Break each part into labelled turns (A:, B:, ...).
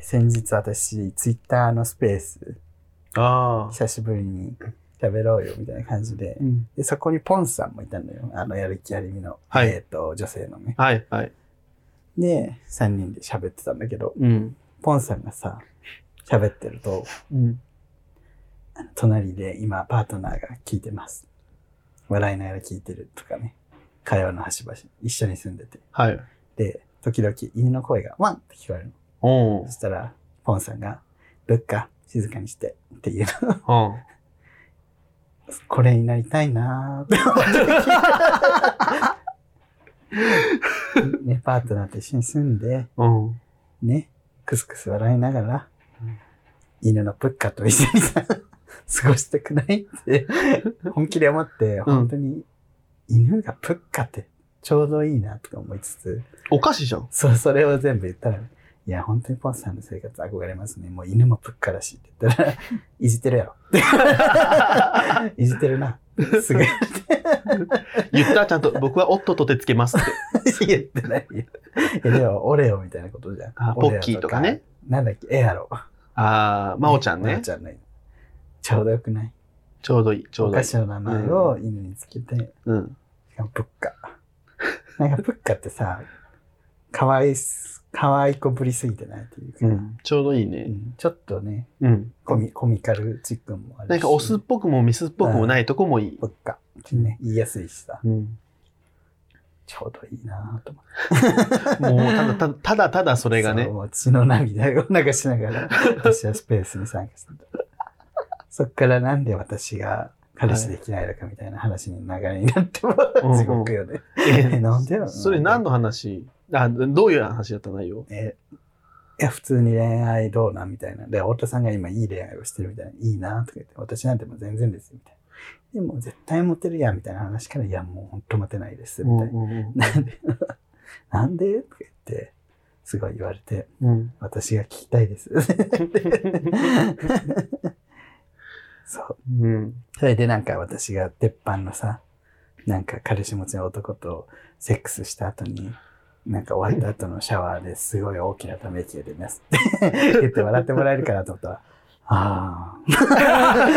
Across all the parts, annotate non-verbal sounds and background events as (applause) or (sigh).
A: 先日私、ツイッターのスペース、
B: ああ。
A: 久しぶりに喋ろうよみたいな感じで、
B: うん。
A: でそこにポンさんもいたのよ。あの、やる気ありみの、
B: はい
A: えっ、と、女性のね。
B: はいはい。
A: で、3人で喋ってたんだけど、
B: うん。
A: ポンさんがさ、喋ってると、
B: うん。
A: 隣で今パートナーが聞いてます。笑いながら聞いてるとかね。会話の端々、一緒に住んでて。
B: はい。
A: で、時々犬の声がワンって聞こえるの。
B: おう
A: そしたら、ポンさんが、ルッカ、静かにしてっていうの。
B: おう
A: これになりたいなー
B: (laughs)
A: って。ね、パートナーと一緒に住んで、
B: おう
A: ね、クスクス笑いながら
B: うん、
A: 犬のプッカと一緒にさ、
B: (laughs)
A: 過ごしたくないって、本気で思って、本当に、犬がプッカってちょうどいいなとか思いつつ、
B: おかしいじゃ (laughs) ん。
A: そう、それを全部言ったら、いや、本当にポンさんの生活憧れますね。もう犬もプッカだしって言った
B: (laughs)
A: ら、いじってるやろ。いじってるな。すぐ
B: 言ったちゃんと僕は夫と手つけますって。
A: 言ってないよ。いやでも、オレオみたいなことじゃん。
B: あポッキーとかね。
A: なんだっけ、エアロ。
B: ああ、まおちゃん
A: まお
B: ね。
A: ちゃんね。ちょうどよくない。
B: ちょうどいい、ちょ
A: お
B: うどい
A: 菓
B: い。
A: 子の名前を犬につけて、
B: うん。
A: プッカ。
B: (laughs)
A: なんかプッカってさ、かわいいす、かわいこぶりすぎてないっていうか、
B: うん。ちょうどいいうね。
A: んちょっとね、
B: うん。
A: コミコミカルチックもあるし。
B: なんかオスっぽくもメスっぽくもないとこもいい。
A: プッカってね、言いやすいしさ、
B: うん。
A: ちょうどいいなぁと思って。
B: もうただただ、ただただそれがね
A: そ。う血の涙を流しながら、
B: (laughs)
A: 私はスペースに参加してた。そっからなんで私が彼氏できないのかみたいな話に流れになっても、
B: うん
A: 地獄よね。
B: (laughs) え
A: なんでやろな
B: それ何の話あ、どういう話だった内容
A: えいや、普通に恋愛どうなんみたいな。で、太田さんが今いい恋愛をしてるみたいな。いいなとか言って、私なんてもう全然ですよみたいな。でも絶対モテるやんみたいな話から、いや、もうほんとモテないです、みたいな。
B: うんうん
A: なんで、なんでとか言って、すごい言われて、
B: うん
A: 私が聞きたいです。そう。
B: うん。 (laughs)
A: それでなんか私が鉄板のさ、なんか彼氏持ちの男とセックスした後に、なんか終わった後のシャワーですごい大きなため息が出ますって (laughs) 言って笑ってもらえるかなと思ったら、ああ、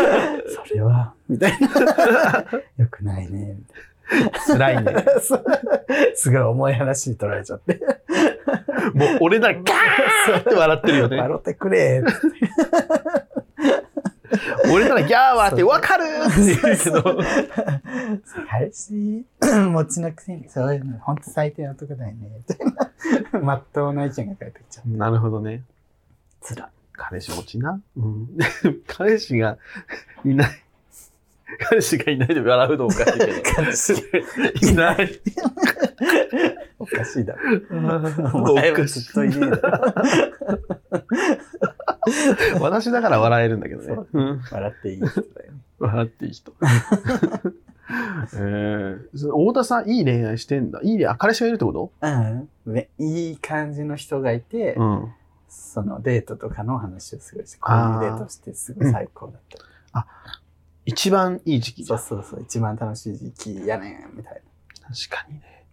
A: それは、みたいな。よくないね、みたい
B: (laughs) 辛いね。
A: な。そうすごい重い話に取られちゃって。
B: もう俺らガーって笑ってるよね。
A: 笑ってくれって
B: 俺ならギャー笑ってわかるって言うけど。
A: 彼氏 (clears throat) 持ちのくせにそういうの本当最低な男だよねみたいなまっとうな意見が返ってきちゃう
B: なるほどね。
A: つら
B: 彼氏持ちな。うん。 (laughs) 彼氏がいない。彼氏がいないで笑うのおかしいけど。
A: 彼氏
B: (laughs) いない。
A: おかしいだろお
B: お
A: 前は
B: か
A: ず
B: し
A: っといねえだろ
B: い。私だから笑えるんだけどね
A: そう。
B: うん
A: 笑っていい人だよね
B: 笑っていい (laughs) 人。えー、それ太田さん、いい恋愛してんだ。いい恋愛、あ彼氏がいるってこと
A: うんねいい感じの人がいて、
B: うん。
A: そのデートとかの話をすごいしてこういうデートしてすごい最高だった、
B: 一番いい時期じ
A: そ
B: ゃ。
A: うんそうそう一番楽しい時期やねんみたい
B: 確かにね。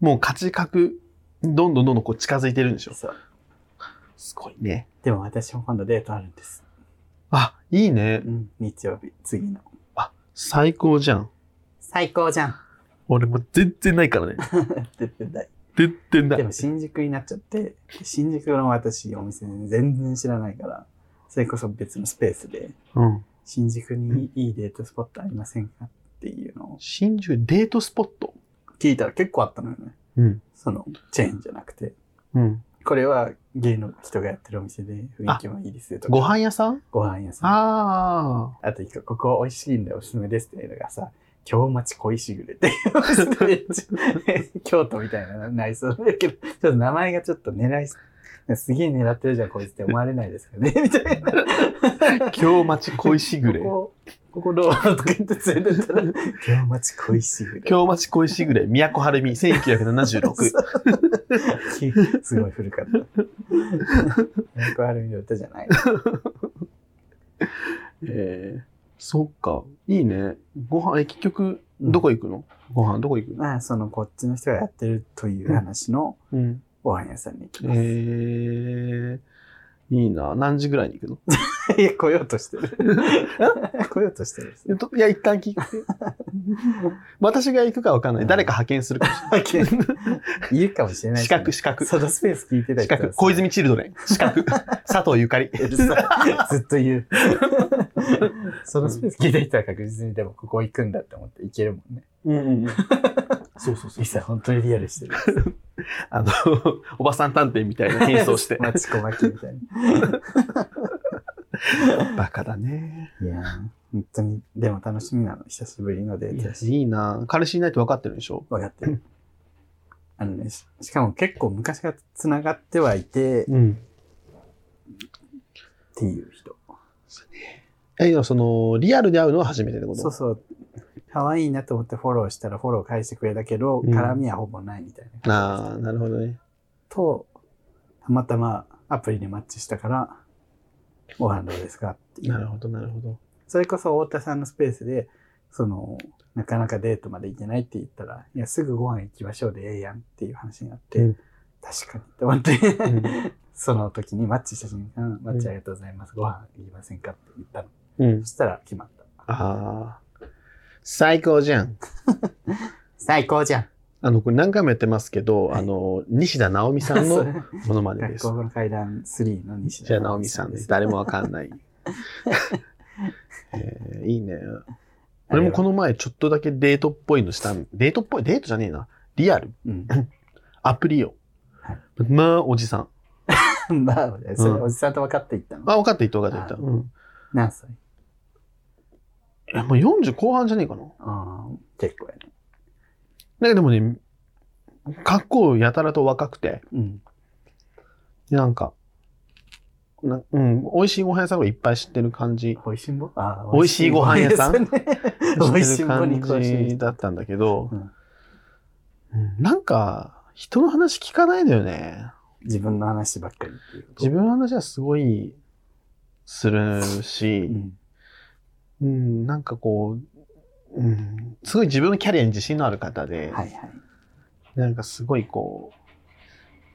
B: もう価値格、どんどんどんどんこう近づいてるんでしょ
A: な。そう
B: すごいね。
A: でも私も今度デートあるんです、
B: あ、いいね
A: う。ん、日曜日次の
B: 最高じゃん。
A: 最高じゃん
B: 俺もう全然ない (laughs) からね。
A: 絶対ない
B: 全然な
A: で
B: い
A: も。新宿になっちゃって、新宿の私、お店全然知らないから、それこそ別のスペースで、
B: うん。
A: 新宿にいいデートスポットありませんかっていうのを
B: 新宿デートスポット。
A: 聞いたら結構あったのよね。
B: うん。
A: そのチェーンじゃなくて、
B: うん。
A: これは芸の人がやってるお店で雰囲気もいいですよとか、
B: ご飯屋さん
A: ご飯屋さん。あ
B: あ
A: と一個、ここ美味しいんでおすすめですっていうのがさ、京町恋しぐれっていうお店でめっちゃ京都みたいな内装だけど、ちょっと名前がちょっと狙いす、すげえ狙ってるじゃん、こいつって思われないですよね、みたいな。 (laughs)
B: あ。京町恋しぐれ。 (laughs)
A: ここ、ここどうとか言って連れてったら、 (laughs) 京町恋しぐれ。
B: 京町恋しぐれ、都はるみ、1976。 (laughs)
A: すごい古かった。猫あるみの歌じゃない。
B: えー、そっか。いいね。ご飯、え、結局、どこ行くの、ご飯、どこ行くの
A: まあ、そのこっちの人がやってるという話の
B: うん。
A: ご飯屋さんに行き
B: え
A: ます。
B: ー、いいな。何時ぐらいに行くの
A: いや、来ようとしてる。来ようとしてる。
B: えっといや、一旦 (laughs) 聞いて。私が行くかわかんな
A: う
B: い。
A: ん
B: 誰か派遣するかもし (laughs)
A: いるかもしれな。
B: れないい。資格、資格。資
A: そのスペース聞いてた人は
B: 格。小泉チルドレン。資格。 (laughs) 佐藤ゆかり。
A: うる
B: (laughs)
A: さいずっと言う。そのスペース聞いていたら確実にでもここ行くんだって思って行けるもんね。
B: うんうんうん。そうそうそ
A: いさ、本当にリアルしてる。。
B: あの、 (laughs) おばさん探偵みたいな変装 (laughs) して
A: (laughs) マチコマキみたい
B: バカだね。
A: な。いやー、本当に、でも楽しみなの。久しぶりのデー
B: い
A: ト
B: や
A: だ、し。
B: いいな。彼氏いないって分かってるでしょ
A: 分かってる。あのね、ししかも結構昔から繋がってはいて、っ
B: うん。
A: ていう人。
B: え、今その、リアルで会うのは初めてってこと
A: そうそう。可愛いなと思ってフォローしたらフォロー返してくれたけど、
B: うん
A: 絡みはほぼないみたいな。
B: ああ、なるほどね。
A: と、たまたまアプリでマッチしたから、ご飯どうですかってい
B: なる
A: う。
B: ほど、なるほど。
A: それこそ太田さんのスペースで、その、なかなかデートまで行けないって言ったら、いや、すぐご飯行きましょうでええやんっていう話になって、
B: うん
A: 確かにって思って、
B: うん
A: (laughs) その時にマッチした瞬間、マッチありがとうございます。ご飯行きませんかって言ったの。
B: うん
A: そ。したら決まった。
B: ああ。最高じゃん。
A: 最高じゃん。
B: あの、これ何回もやってますけど、
A: はい
B: あの、西田直美さん
A: (laughs) そ
B: の
A: れ
B: ものまねで
A: 学
B: す
A: 校。の階段3の西
B: じゃあ直美さんです。。誰もわか
A: (laughs)
B: んない。えーいいね。俺もこの前ちょっとだけデートっぽいのしたんデートっぽいデートじゃねえな。リアル。
A: うん。
B: アプリよ
A: は。
B: まあ、おじさ
A: (laughs)
B: ん。
A: まあ、それおじさんと分かっていったの。
B: あ、分かって言った分かって言った。うん。
A: 何歳
B: いや、もう40後半じゃねえかな。
A: ああ、結構やね。
B: なんかでもね、格好やたらと若くて、
A: うん。
B: でなんか、なうん、美味しいご飯屋さんをいっぱい知ってる感じ。
A: おいしんぼああ
B: 美味しいご飯屋さん
A: (laughs) 美味しいご飯屋さんねおいしんぼに
B: 知っ
A: 詳
B: てる
A: し
B: 感じ
A: い。
B: だったんだけど、
A: うん
B: うんなんか、人の話聞かないんだよね。
A: 自分の話ばっかりっていうこと。
B: 自分の話はすごいするし、うん、なんかこう、うん、すごい自分のキャリアに自信のある方
A: う
B: で
A: ん。、はいはい。
B: なんかすごいこ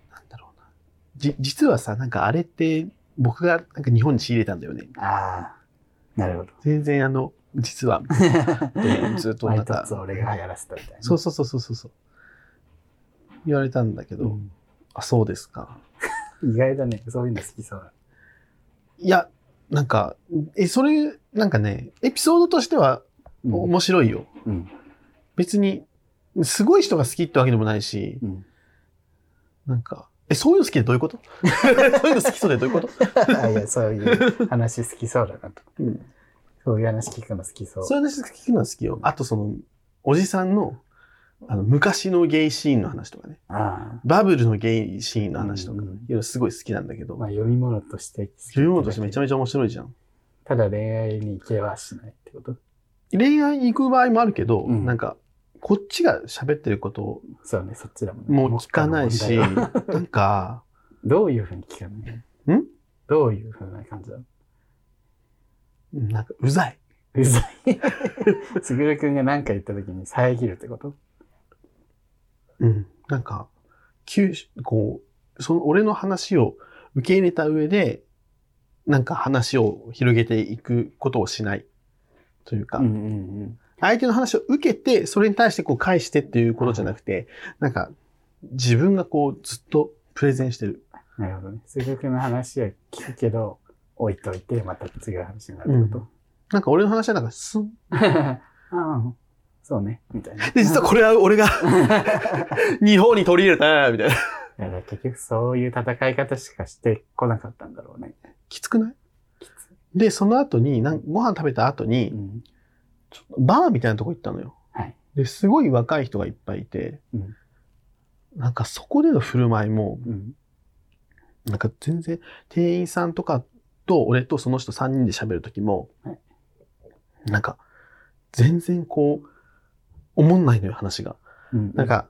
B: う、なんだろうな。じ、実はさ、なんかあれって僕がなんか日本に仕入れたんだよね。
A: ああ、なるほど。
B: 全然あの、
A: (laughs)
B: 実は、 (laughs) ずっと
A: ワ
B: なん
A: イト
B: か
A: ツ、俺が流行らせたみたいな。
B: そうそうそうそうそうそう。言われたんだけど、
A: うん
B: あ、そうですか。
A: 意外だね。そういうの好きそう
B: いや、なんか、え、それ、なんかね、エピソードとしては
A: だ。
B: 面白いよ。
A: うん。
B: 別に、すごい人が好きってわけでもないし、
A: うん。
B: なんか、え、そういうの好きってどうい
A: (laughs)
B: うことそういうの好きそうでどういうこと
A: あいや、そういう話好きそうだなと。
B: うん
A: そういう話聞くの好きそう。
B: そういう話聞くのは好きよ。あとその、おじさんの、あの、昔のゲイシーンの話とかね、
A: あ
B: バブルのゲイシーンの話とか、
A: う
B: い
A: んうん
B: ろいろすごい好きなんだけど、
A: あ、まあ、読み物として好き。
B: 読み物としてめちゃめちゃ面白いじゃん。
A: ただ恋愛に行けはしないってこと
B: 恋愛に行く場合もあるけど、
A: うん
B: なんか、こっちが喋ってること
A: そうね、そっちだもんね。
B: も聞かないし、
A: 目下の問題は
B: なんか、
A: どういうふうに聞かない
B: ん
A: どういうふうな感じだろ
B: なんか、うざい。
A: ううざい。 (laughs) つぐるくんが何か言った時に遮るってこと
B: うん。なんか、急しこう、その、俺の話を受け入れた上で、なんか話を広げていくことをしない。というか、
A: うんうんうん。
B: 相手の話を受けて、それに対してこう返してっていうことじゃなくて、なんか、自分がこう、ずっとプレゼンしてる。
A: なるほどね。つぐるくんの話は聞くけど、置いといて、また違う話になるってこ
B: なんか俺の話はなんか、すん。
A: と、 (laughs) ああ、そうね、みたいな。
B: で、
A: (laughs)
B: 実はこれは俺が日本に取り入れた、みたいな。
A: だから結局そういう戦い方しかしてこなかったんだろうね。
B: きつくないで、その後に、なんご飯食べた後
A: う
B: に、
A: ん。
B: バーみたいなとこ行ったのよ。
A: はい。
B: で、すごい若い人がいっぱいいて、
A: うん
B: なんかそこでの振る舞いも、
A: うん。
B: なんか全然、店員さんとかと、俺とその人3人で喋る時も、
A: はい
B: なんか、全然こう、思んないのよ、話が。
A: うん。
B: なん、か、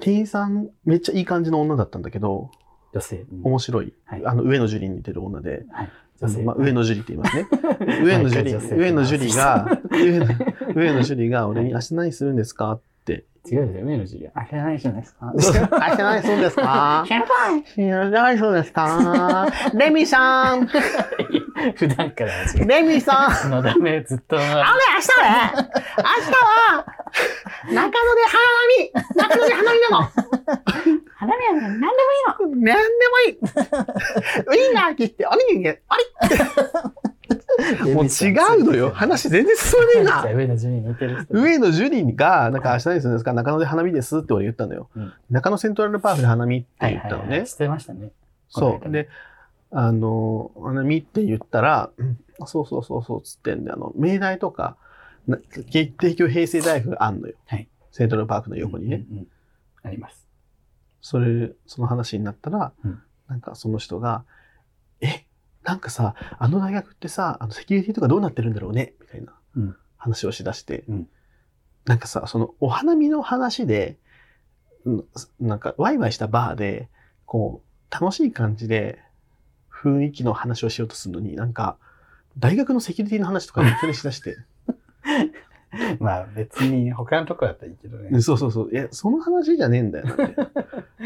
B: 店員さん、めっちゃいい感じの女だったんだけど、
A: 女性。うん
B: 面白い。
A: はい
B: あの、上野樹里に似てる女で、
A: はい。
B: あ
A: 女
B: の
A: 性。
B: まあ、上野樹里って言いま
A: (laughs)
B: すね。上野樹里、上野樹里が、上野上野樹里が俺に明日何するんですかって
A: 違うじゃん、目の授業。あ、知らないじゃないですか。
B: 愛してないそうで
A: (laughs)
B: すか
A: 先輩
B: 知らないそうですかレミさん
A: 普段から
B: (laughs)
A: 違う。
B: レミさん
A: のだめ、ずっと。
B: 雨明日ね明日は中野で花見中野で花見なの
A: 花見なんでもいい
B: なんでもいいウインナー切っておにぎりあれもう違うのよ。話全然進まねえ
A: (laughs)
B: な
A: 上の順位似てる人。
B: 上野樹里が、なんか明日ですですか、中野で花見ですって俺言ったのよ。
A: うん
B: 中野セントラルパークで花見って
A: はい
B: 言っ
A: はい
B: たのね。
A: はい。してましたね。この
B: そ
A: 間
B: う。
A: ね
B: で、あの、花見って言ったら、そうそうそうそうっつってんで、あの、明大とか、な帝京平成大学あんのよ。
A: はい
B: セントラルパークの横にね。
A: うんうんうん。あります。
B: それ、その話になったら、
A: うん
B: なんかその人が、え、なんかさ、あの大学ってさ、あのセキュリティとかどうなってるんだろうねみたいな
A: うん
B: 話をしだして、
A: うん
B: なんかさ、そのお花見の話で、うんなんかワイワイしたバーで、こう、楽しい感じで雰囲気の話をしようとするのに、なんか、大学のセキュリティの話
A: (laughs)
B: とかいきなりしだして、
A: まあ別に他のとこだったらいいけど
B: う
A: ね
B: ん。そうそうそう、いや、その話じゃねえんだよな、みた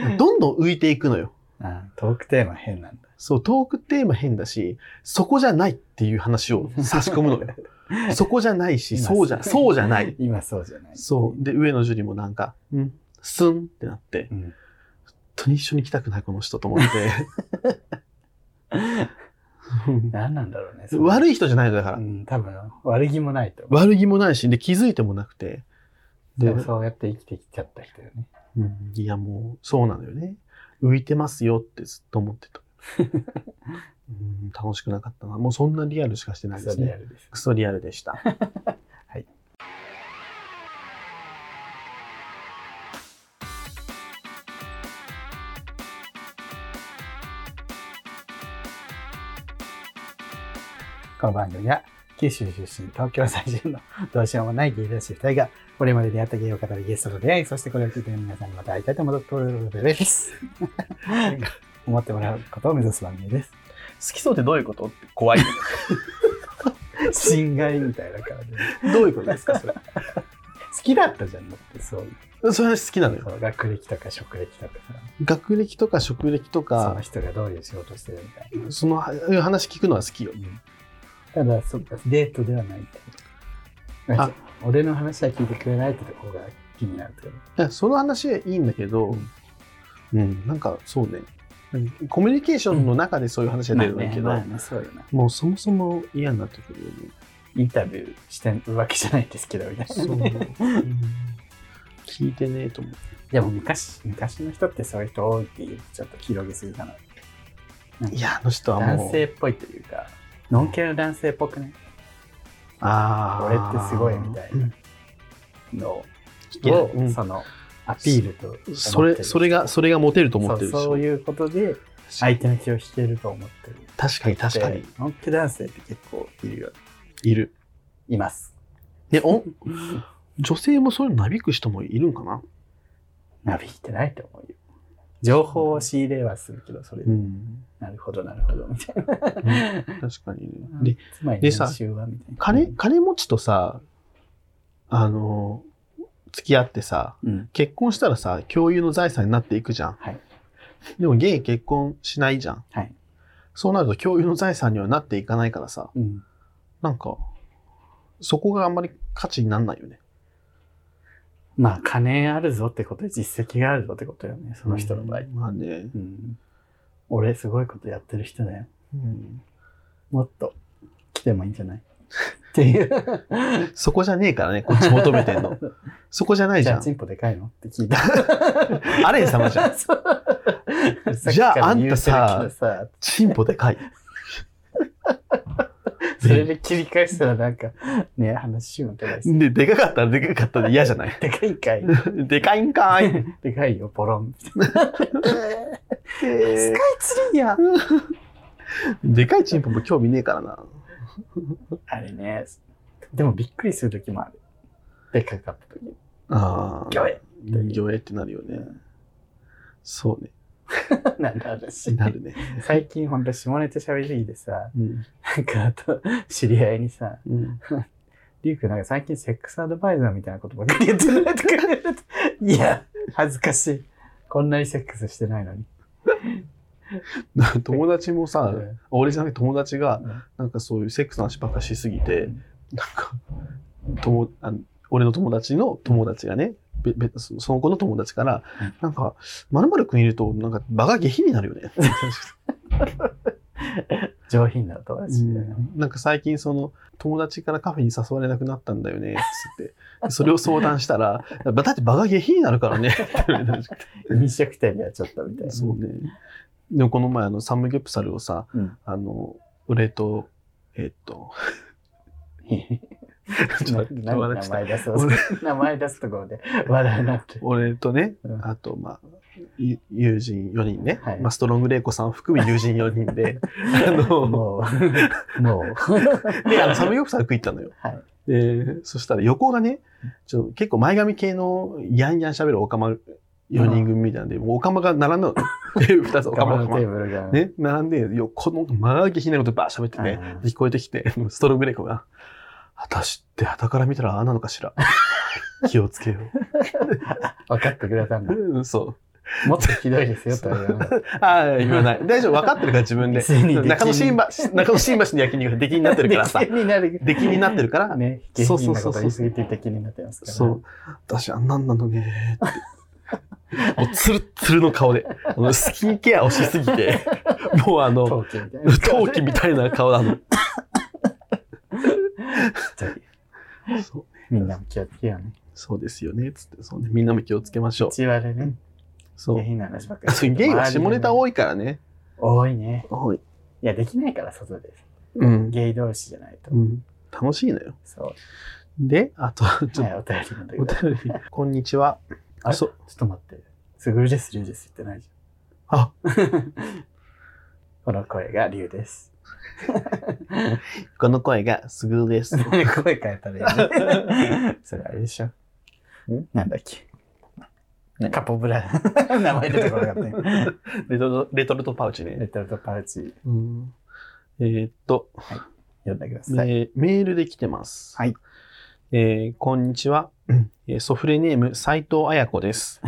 B: い
A: (laughs)
B: などんどん浮いていくのよ。
A: あトークテーマ変なんだ。
B: そう、トークテーマ変だし、そこじゃないっていう話
A: (laughs)
B: を差し込むのよ。そこじゃないし、
A: 今
B: そうじゃ、そうじゃない。。
A: 今そうじゃない。
B: そう。で、上野樹里もなんか、うん、スンってなって、
A: う。ん。
B: 本当に一緒に来たくない、この人と思って。
A: 何なんだろうね。い。
B: (laughs) 悪い人じゃないのだから
A: う。ん、多分悪気もないと思う。
B: 悪気もないし、で、気づいてもなくて。で、
A: でもそうやって生きてきちゃった人よね。
B: うんいや、もう、そうなのよね。浮いてますよってずっと思って
A: (laughs)
B: た。うん、楽しくなかったな。もうそんなリアルしかしてないで
A: そ
B: す
A: れリア
B: ね。
A: ルです。
B: クソリアルでした。
A: この番組は九州出身、東京在住のどうしようもない芸能人2人が、これまで出会った芸を語りゲストと出会い、そしてこれを聞いている皆さんにまた会いたいと思っておです。思ってもらうことを目指す番組 (laughs) です。
B: 好きそうってどういうことって怖い。
A: 侵害みたいな感じで。
B: (laughs) どういうことですかそれ。
A: 好きだったじゃんだって、そういう。
B: そういう話好きなの
A: そ
B: よ。
A: の学歴とか職歴とかさ、
B: 学歴とか職歴と
A: その
B: か、
A: 人がどういう仕事してるみたいな。
B: その話聞くのは好きよ。
A: ただ、そっか、デートではないみたいな
B: あ
A: 俺の話は聞いてくれないってとこが気になるってこ
B: いやその話はいいんだけど、うん、なんかそうね。コミュニケーションの中でそういう話
A: と
B: は出るんだけど、
A: まあねまあねそうよな。
B: もうそもそも嫌になってくるよね。
A: インタビューしてるわけじゃないですけど、みたい
B: そう、
A: なね。
B: うん聞いてねえと思う。
A: でも昔、昔の人ってそういう人多いっていう、ちょっと広げすぎかな。
B: いや、あの人はもう。
A: 男性っぽいというか、ノンケの男性っぽくね、
B: ああ。
A: 俺ってすごいみたいなの
B: いや
A: を、
B: うん
A: その、アピールと思って
B: うん
A: る。
B: それ、それが、それがモテると思ってるで
A: そう
B: し
A: そ
B: ょ
A: う。いうことで相手の気を引けると思ってる
B: 確かに確かに
A: で。ノンケ男性って結構いるよ
B: いる。
A: います
B: ね、お女性もそういうのなびく人もいるんかな、
A: なびいてないと思うよ情報を仕入れはするけどそれ、
B: ん、
A: なるほどなるほどみたいな、
B: 確かにね。で、
A: つまり
B: でさ
A: 年収はみたいな
B: 金、金持ちとさ、あの、付き合ってさ、
A: うん
B: 結婚したらさ、共有の財産になっていくじゃん。
A: はい
B: でもゲイ結婚しないじゃん。
A: はい
B: そうなると共有の財産にはなっていかないからさ、
A: うん
B: なんか、そこがあんまり価値にならないよね。
A: まあ金あるぞってことで実績があるぞってことよねその人の場合、
B: まあね。
A: うん俺すごいことやってる人だよ
B: うん
A: もっと来てもいいんじゃないっていう
B: そこじゃねえからね、こっち求めてん
A: (laughs)
B: の。そこじゃない
A: じ
B: じ
A: ゃ
B: ゃ
A: あ
B: ん
A: チ。ンポでかいのって聞いた
B: アレン様じゃん。
A: (laughs) そう
B: じゃああんたさ
A: さっきから言うてる
B: チンポでかい。
A: けどさそれで切り返したらなんか、ね、話しようとかして
B: で、でかかったらでかかったで嫌じゃない。 (laughs)
A: でかいんかい。
B: でかいんかーい。
A: でかいよ、ポロン。
B: え
A: ツリーや。
B: ー (laughs) でかいチンポも興味ねえからな。
A: あれね、でもびっくりする時もある。でかかった時。
B: ああ。
A: ギョエ
B: 魚影ってなるよね。 (laughs) そうね。
A: なんだ話。
B: なるね。
A: 最近ほんと下ネタ喋りすぎてさ、
B: うん。
A: なんかあと、知り合いにさ、
B: うん。
A: リュウ君なんか最近セックスアドバイザーみたいなことばっかり言ってないとか言われていや、恥ずかしい。こんなにセックスしてないのに。
B: (laughs) 友達もさ、
A: うん
B: 俺じゃなくて友達が
A: うん、
B: なんかそういうセックスの話ばっかしすぎて、なんか、ともあの俺の友達の友達がね、べべそその子の友達から、
A: うん
B: なんか、まるまるくんいると、なんか、場が下品になるよね。
A: 上品な友達だよね。
B: なんか最近その友達からカフェに誘われなくなったんだよねつってそれを相談したら (laughs) 「だって場が下品になるか
A: (laughs)
B: らね」って言われたらしくて
A: 飲食店にはちょっとみたいな。 (laughs)
B: そうねでもこの前あのサムギョプサルをさ
A: うん。
B: あの俺とえっと (laughs) ちょっと待って
A: な
B: 友
A: 名
B: 達と
A: 前出そう。名前出すところで笑いなって。
B: (laughs) 俺とね
A: うん
B: あとまあゆ友人4人ね、
A: はい
B: まあ、ストロングレイコさんを含め友人4
A: (laughs)
B: 人であの
A: も
B: (laughs)
A: う、もう。
B: であのサムギョプサル食いに行ったのよ
A: はい。
B: で、そしたら横がね、ちょ結構前髪系のやんやん喋るオカマ4人組みたいなんで、もうオカマが並んだ (laughs) の。で、二つオカマ
A: 頭
B: が
A: のテーブルが。
B: ね、並んで、横の間が下品なことばー喋ってね、
A: あー
B: 聞こえてきて、ストロングレイコが、私って旗から見たらああなのかしら。 (laughs) 気をつけよ
A: 分かってくれたんだ
B: う。。 (laughs) うんそう。
A: もっとひどいですよとは言わ
B: (laughs)
A: なかっ
B: ああ、言わない。大丈夫、分かってるから自分 (laughs)
A: た。
B: で。
A: ついに出禁
B: 中野新橋、中野新橋の焼肉が出禁になってる (laughs) からさ
A: 出。禁になる。
B: 出禁になってるから、
A: ね、下
B: そう
A: 品
B: そ
A: な
B: うそ
A: こ
B: う
A: と
B: そう
A: 言い過ぎて出禁になってますから。
B: そう。。私、あんなんなのねー (laughs) って。もう、ツルッツルの顔で。あのスキンケアをしすぎて、もうあの、
A: 陶器みたいな。
B: (laughs) 陶器みたいな顔なの。そう
A: みんなも気をつけようね。
B: そうですよね、つって。そうね、みんなも気をつけましょう。
A: うちわでね、
B: そ
A: 下
B: う。
A: 品な話ばっか
B: あ
A: り
B: そうゲイは下ネタ
A: い。
B: 多いからね。
A: 多いね。
B: 多い。
A: いや、できないから、外です。
B: うん。
A: ゲイ同士じゃないと
B: う。ん。楽しいのよ。
A: そう。はい、
B: で、あと、ちょっ
A: お便りの時
B: と、お
A: だ
B: 便り、こんにちは。
A: あれ
B: そ
A: ちょ
B: う。
A: っと待って。すぐるです、りゅうです言ってないじ
B: あ、
A: ゃん。この声がりゅう
B: (laughs)
A: です。
B: この声がすぐ
A: (laughs)
B: るです。
A: 声変えたらいいね。 (laughs) それあれでしょ。なんだっけ。カポブラ。 (laughs) 名前出てこなかった今。
B: (laughs) レトルト、レトルトパウチ
A: レ
B: ね。
A: トルトパウチ
B: うん。えーっと、
A: 読んでください。
B: えーメールで来てます。
A: はい
B: えーこんにちは。えーソフレネーム、斉藤彩子です。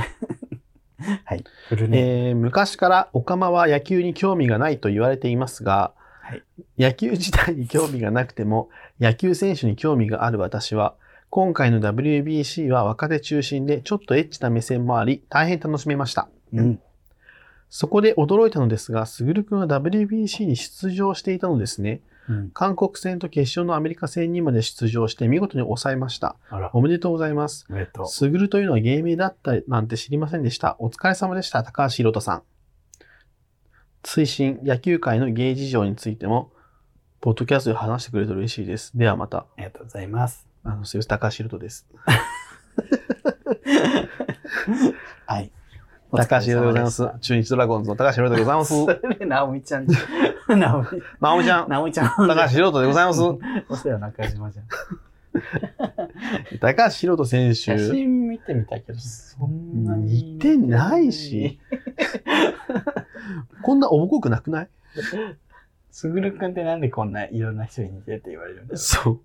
A: フルネーム
B: えー昔からオカマは野球に興味がないと言われていますが、
A: はい
B: 野球自体に興味がなくても、野球選手に興味がある私は、今回の WBC は若手中心でちょっとエッチな目線もあり、大変楽しめました。
A: うん。
B: そこで驚いたのですが、すぐるくんは WBC に出場していたのですね。
A: うん。
B: 韓国戦と決勝のアメリカ戦にまで出場して見事に抑えました。
A: あら。
B: おめでとうございます。
A: おめでとう。
B: すぐるというのは芸名だったなんて知りませんでした。お疲れ様でした、高橋宏斗さん。推進、野球界の芸事情についても、ポッドキャストで話してくれると嬉しいです。ではまた。
A: ありがとうございます。
B: あの、すいません、高橋宏斗です。
A: はい。
B: 高橋宏斗でございます。中日ドラゴンズの高橋宏斗でございま (laughs) す。
A: それ、なおみちゃんじゃん。なおみ、
B: まおみちゃん、
A: なおみちゃん。
B: 高橋宏斗でござ (laughs) います。
A: お世話中島じゃん。
B: 高橋宏斗選
A: 写
B: 手。
A: 真見てみたけど、そんなに
B: 似てないし。こんなおぼこくなくない
A: すぐるくんってなんでこんないろんな人に似てるって言われるんだろ
B: そう。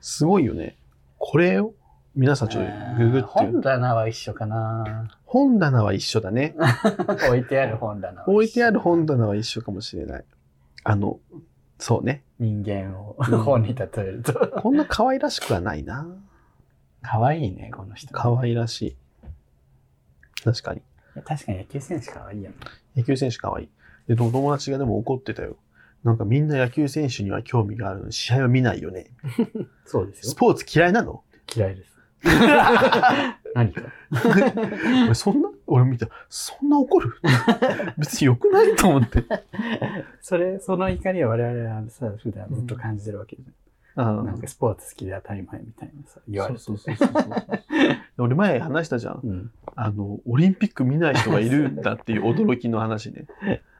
B: すごいよね。これを、皆さんちょっとググっ
A: う
B: て。
A: 本棚は一緒かな
B: 本棚は一緒だね。
A: (laughs) 置いてある本棚は一緒
B: 置いてある本棚は一緒かもしれない。あの、そうね。
A: 人間を
B: うん
A: 本に例えると
B: こんな可愛らしくはないな。
A: 可愛いねこの人
B: 可愛らしい。確かに。
A: 確かに野球選手可愛いよね
B: 野球選手可愛い。で、お友達がでも怒ってたよ。なんかみんな野球選手には興味があるのに試合は見ないよね。
A: そうで
B: スポーツ嫌いな (laughs) の
A: 嫌いです (laughs) 何か
B: 俺そんな俺見た。そんな怒 (laughs) る別に良くないと思 (laughs) って。
A: それその怒りは我々はさ普段ずっと感じてるわけじゃん
B: あ
A: なんかスポーツ好きで当たり前みたいなさ、言われて。
B: そうそうそうそうそう。俺前話したじゃん。
A: うん、
B: あの、オリンピック見ない人がいるんだっていう驚きの話ね。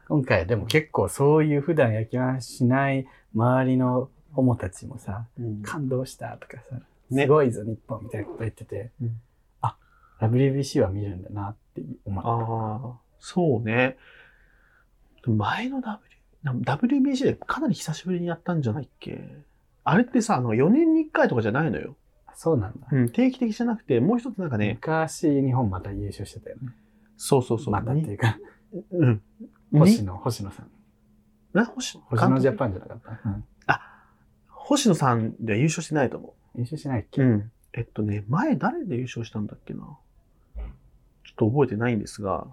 A: 今回でも結構そういう普段野球はしない周りのホモたちもさ、感動したとかさ、
B: ね
A: すごいぞ日本みたいなこと言ってて、
B: うん
A: あ、WBC は見るんだなって思った。
B: ああ、そうね。前の W、な WBC でかなり久しぶりにやったんじゃないっけあれってさ、あの4年に1回とかじゃないのよ。
A: そうなんだ。
B: うん、定期的じゃなくて、もう一つなんかね、
A: 昔、日本また優勝してたよね。
B: そうそうそう。
A: またっていうか、
B: うん。
A: 星
B: に
A: 野、星野さん。
B: な星野
A: 星野ジャ
B: 監督
A: パンじゃなかった。うん
B: 星野さんでは優勝してないと思
A: 優勝しないっけ
B: う。うん。えっとね、前誰で優勝したんだっけな。ちょっと覚えてないんですが、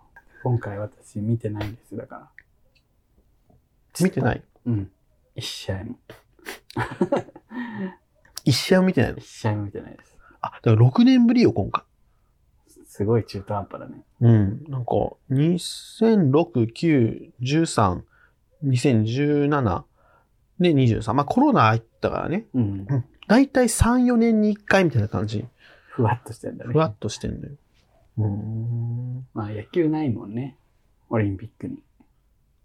A: 今回私見てないんです、だから。。
B: 見てないい。
A: うん。一試合も。
B: 一試合も見てないの
A: 一。試合も見てないです。
B: あ、だから6年ぶりよ、今回。
A: すごい中途半端だね。
B: うん。なんか、2006、9、13、2017で23。まあコロナ入ったからね。
A: うん。
B: だいたい3、4年に1回みたいな感じ。
A: ふわっとしてんだね。
B: ふわっとしてんのよ。うーん。
A: まあ野球ないもんね。オリンピックに。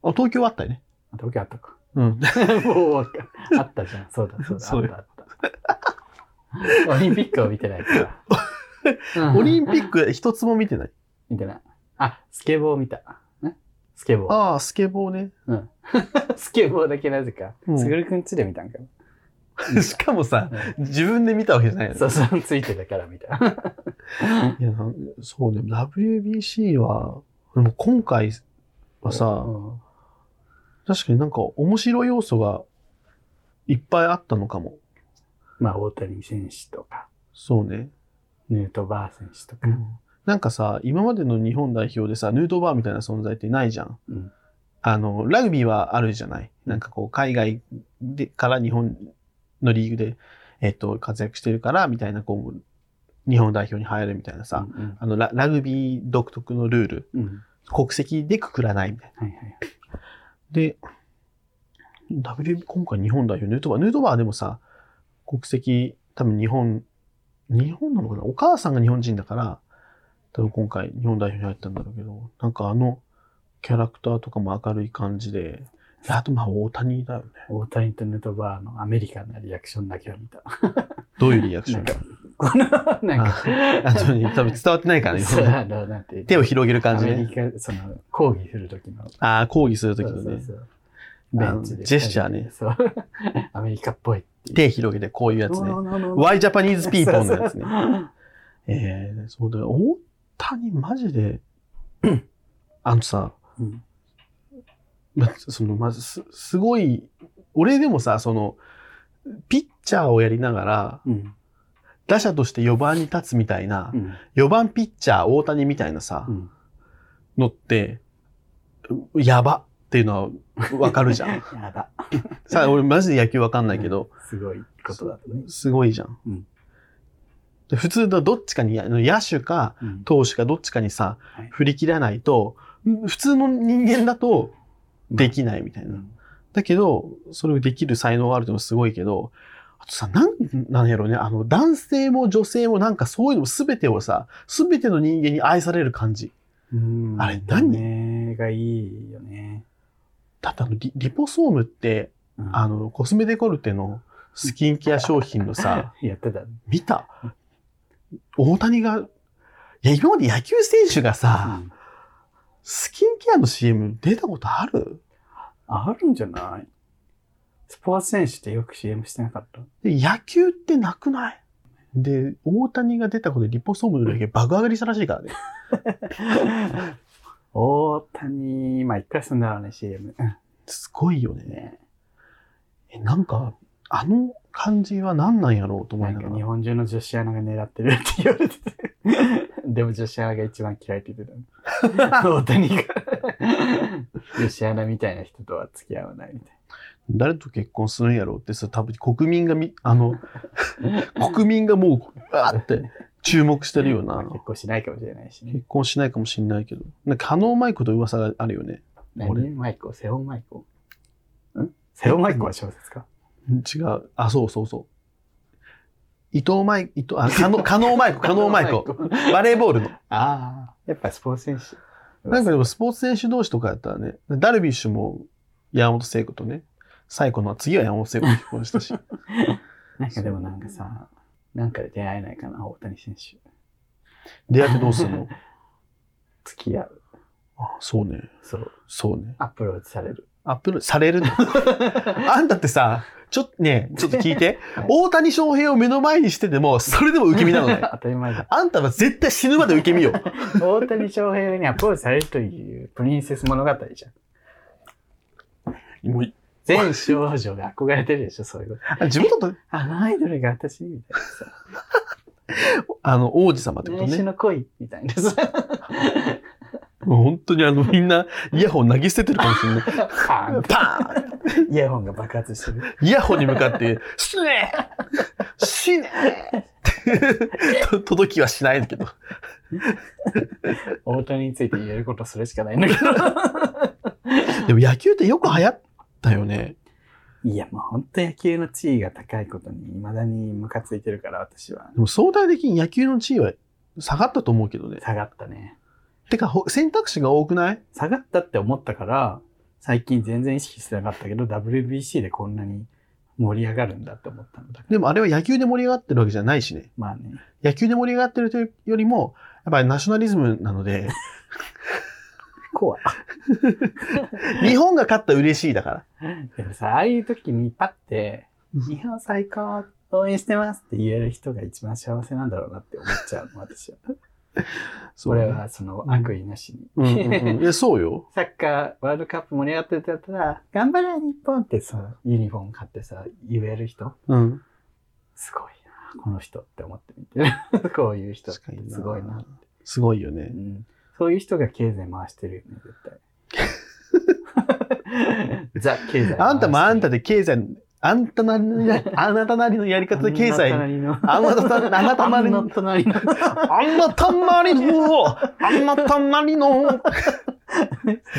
B: あ、東京はあったよね。
A: あ、東京あった
B: (laughs)
A: か。
B: うん。
A: もうわかんあったじゃん。そうだ、そうだ。
B: そうよ
A: あった、あった。オ (laughs) リンピックを見てないから。
B: (laughs) オリン
A: ッ
B: ピック一つも見てない。
A: 見てない。あ、スケボー見た。ねスケボー。
B: ああ、スケボーね。
A: うん、 (laughs) スケボーだけなぜか。
B: うん
A: すぐるくんちで見たんかな。
B: しかもさ、
A: うん
B: 自分で見たわけじゃないの
A: そうそう、ついてたから見た。
B: いや、なんそうね、WBC は、でも今回はさ、
A: うん
B: 確かになんか面白い要素がいっぱいあったのかも。
A: まあ、大谷選手とか、
B: そうね。
A: ヌートバー選手とか。
B: なんかさ、今までの日本代表でさ、ヌートバーみたいな存在ってないじゃん。
A: うん
B: あの、ラグビーはあるじゃない。なんかこう、海外でから日本のリーグで、えっと、活躍してるから、みたいな、こう、日本代表に入るみたいなさ、
A: うん
B: あのラ、ラグビー独特のルール、
A: うんうん
B: 国籍でくくらないみたいな。
A: はいはい。
B: で、WB、今回日本代表、ヌートバー、ヌートバーはでもさ、国籍、多分日本、日本なのかなお母さんが日本人だから、多分今回日本代表に入ったんだろうけど、なんかあの、キャラクターとかも明るい感じで、であとまあ大谷だよね。
A: 大谷とヌートバーのアメリカンなリアクションだけを見た。
B: どういうリアク
A: (laughs)
B: ショ
A: なん
B: ン
A: か、この、なんか、
B: あとに多分伝わってないからね。
A: そうあのなんて
B: 手を広げる感じ
A: アメ
B: ね。
A: リカ、その、抗議する時の。
B: ああ、抗議するとき
A: そ
B: の
A: うそう
B: ね
A: そ、うベンチ
B: あの
A: で。
B: ジェスチャーね
A: そう。 (laughs) アメリカっぽいっていう。
B: 手広げてこういうやつね。Y ジャパニーズピーポーのやつね。えー、そうだよ。大谷、マジで、 (clears throat) あのさ、 (laughs)
A: うん
B: ま、その、まず、す、すごい、俺でもさ、その、ピッチャーをやりながら、
A: うん。
B: 打者として4番に立つみたいな
A: う、ん。
B: 4番ピッチャー大谷みたいなさ
A: う、ん。
B: のって、うやばっていうのはわか
A: (laughs)
B: るじゃん。
A: やだ。
B: さ、俺マジで野球わかんないけど、
A: すごいことだとね。
B: すごいじゃん。
A: うん
B: で普通のどっちかに、あの野手か、
A: うん
B: 投手かどっちかにさ
A: はい、
B: 振り切らないと、普通の人間だとできないみたいうな。
A: ん
B: だけど、それをできる才能があるってのはすごいけど、あとさ、なん、なんやろうね、あの、男性も女性もなんかそういうの全てをさ、全ての人間に愛される感じ。
A: うん。
B: あれ何
A: 目がいいよね。
B: だってあのリ、リポソームって、
A: うん
B: あの、コスメデコルテのスキンケア商品のさ、
A: (laughs) やってたね。
B: 見た大谷が、いや、今まで野球選手がさ、
A: うん
B: スキンケアの CM 出たことある
A: あるんじゃないスポーツ選手ってよく CM してなかった
B: で、野球ってなくないで、大谷が出たことでリポソームの売り上げ爆上がりしたらしいからね。
A: 大谷、まあ、一回すんだろうね、CM。
B: すごいよね。
A: ね、
B: えなんか、あの感じは何なんやろうと思
A: ないん
B: なが
A: か日
B: ら。
A: 本中の女子アナが狙ってるって言われてて。でも女子アナが一番嫌いって言って
B: (laughs)
A: た。大谷が。女子アナみたいな人とは付き合わないみたい
B: 誰と結婚するんやろうってさ、多分国民がみ、あの、 (laughs) 国民がもう、わーって注目してるよう (laughs)
A: な。まあ
B: な。
A: 結婚しないかもしれないしね
B: 結。婚しないかもしんないけど。なんか、可能マイクと噂があるよね。俺
A: 何マイコセオンマイコんセオンマイコは小説か
B: 違う。あ、そうそうそう。伊藤マイク、伊藤、あ、可能、可能マイク、 (laughs) (laughs) 可能マイク。バレーボールの。
A: (laughs) ああ、やっぱスポーツ選手。
B: なんかでもスポーツ選手同士とかやったらね、ダルビッシュも山本聖子とね、最後の次は山本聖子と結婚し
A: (laughs)
B: たし、
A: なんかでもなんかさ、なんかで出会えないかな、大谷選手。
B: 出会ってどうするの
A: 付き合う。
B: あそうね、
A: そう。
B: そうね。
A: アプローチされる。 (laughs)
B: アップロされるのあんたってさ、ちょっとね、ちょっと聞いて
A: はい。。
B: 大谷翔平を目の前にしてても、それでも受け身なのね
A: (laughs) 当たり前だ。
B: あんたは絶対死ぬまで受け身よ。
A: 大谷翔平にアプローチされるというプリンセス物語じゃん。
B: もう
A: 全少女が憧れてるでしょ、そういうこと。
B: あ自分だと、
A: あのアイドルが私みたい
B: あの、王子様ってこ
A: な。
B: と
A: 年始
B: ね。
A: の恋みたい
B: (laughs)
A: なさ。
B: もう本当にあの、みんな、イヤホン投げ捨ててるかも
A: (laughs)
B: しれない。
A: パーン
B: パー
A: イヤホンが爆発してる。
B: ンイヤホンに向かって、 (laughs) 死ね死ね (laughs) と届きはしないけど。
A: 大谷について言えることそれしかないんだけど。
B: でも野球ってよく流行ったよね。
A: いや、もう本当野球の地位が高いことに未だにムカついてるから、私は。
B: でも相対的に野球の地位は下がったと思うけどね。
A: 下がったね。
B: てか、ほ選択肢が多くない
A: 下がったって思ったから、最近全然意識してなかったけど、WBC でこんなに盛り上がるんだって思ったんだ。
B: でもあれは野球で盛り上がってるわけじゃないしね。
A: まあね。
B: 野球で盛り上がってるというよりも、やっぱりナショナリズムなので、 (laughs)
A: 怖い。
B: 日本が勝ったら嬉しいだから。
A: でもさ、ああいう時にパッて、日本最高応援してますって言える人が一番幸せなんだろうなって思っちゃうの、私は。
B: そ
A: こ
B: うね
A: れ。はその悪意なしに。
B: うんうんうん。いや、そうよ。
A: サッカーワールドカップ盛り上がってるってやったら、頑張れ日本ってさ、ユニフォーム買ってさ、言える人
B: うん。
A: すごいな、この人って思ってみて (laughs) る。こういう人っ
B: 確か
A: て
B: にな
A: すごいな。
B: すごいよ
A: う
B: ね。
A: ん、そういう人が経済回してるよね、
B: (laughs)
A: 絶対。ザ・経済。
B: あんたもあんたで経済、あんたなりのや、あなたなりのやり方で経済、
A: あん
B: あ
A: の
B: んなたなり、あなたなりの、
A: 隣の。
B: あんなたなりの、あんなたなりの、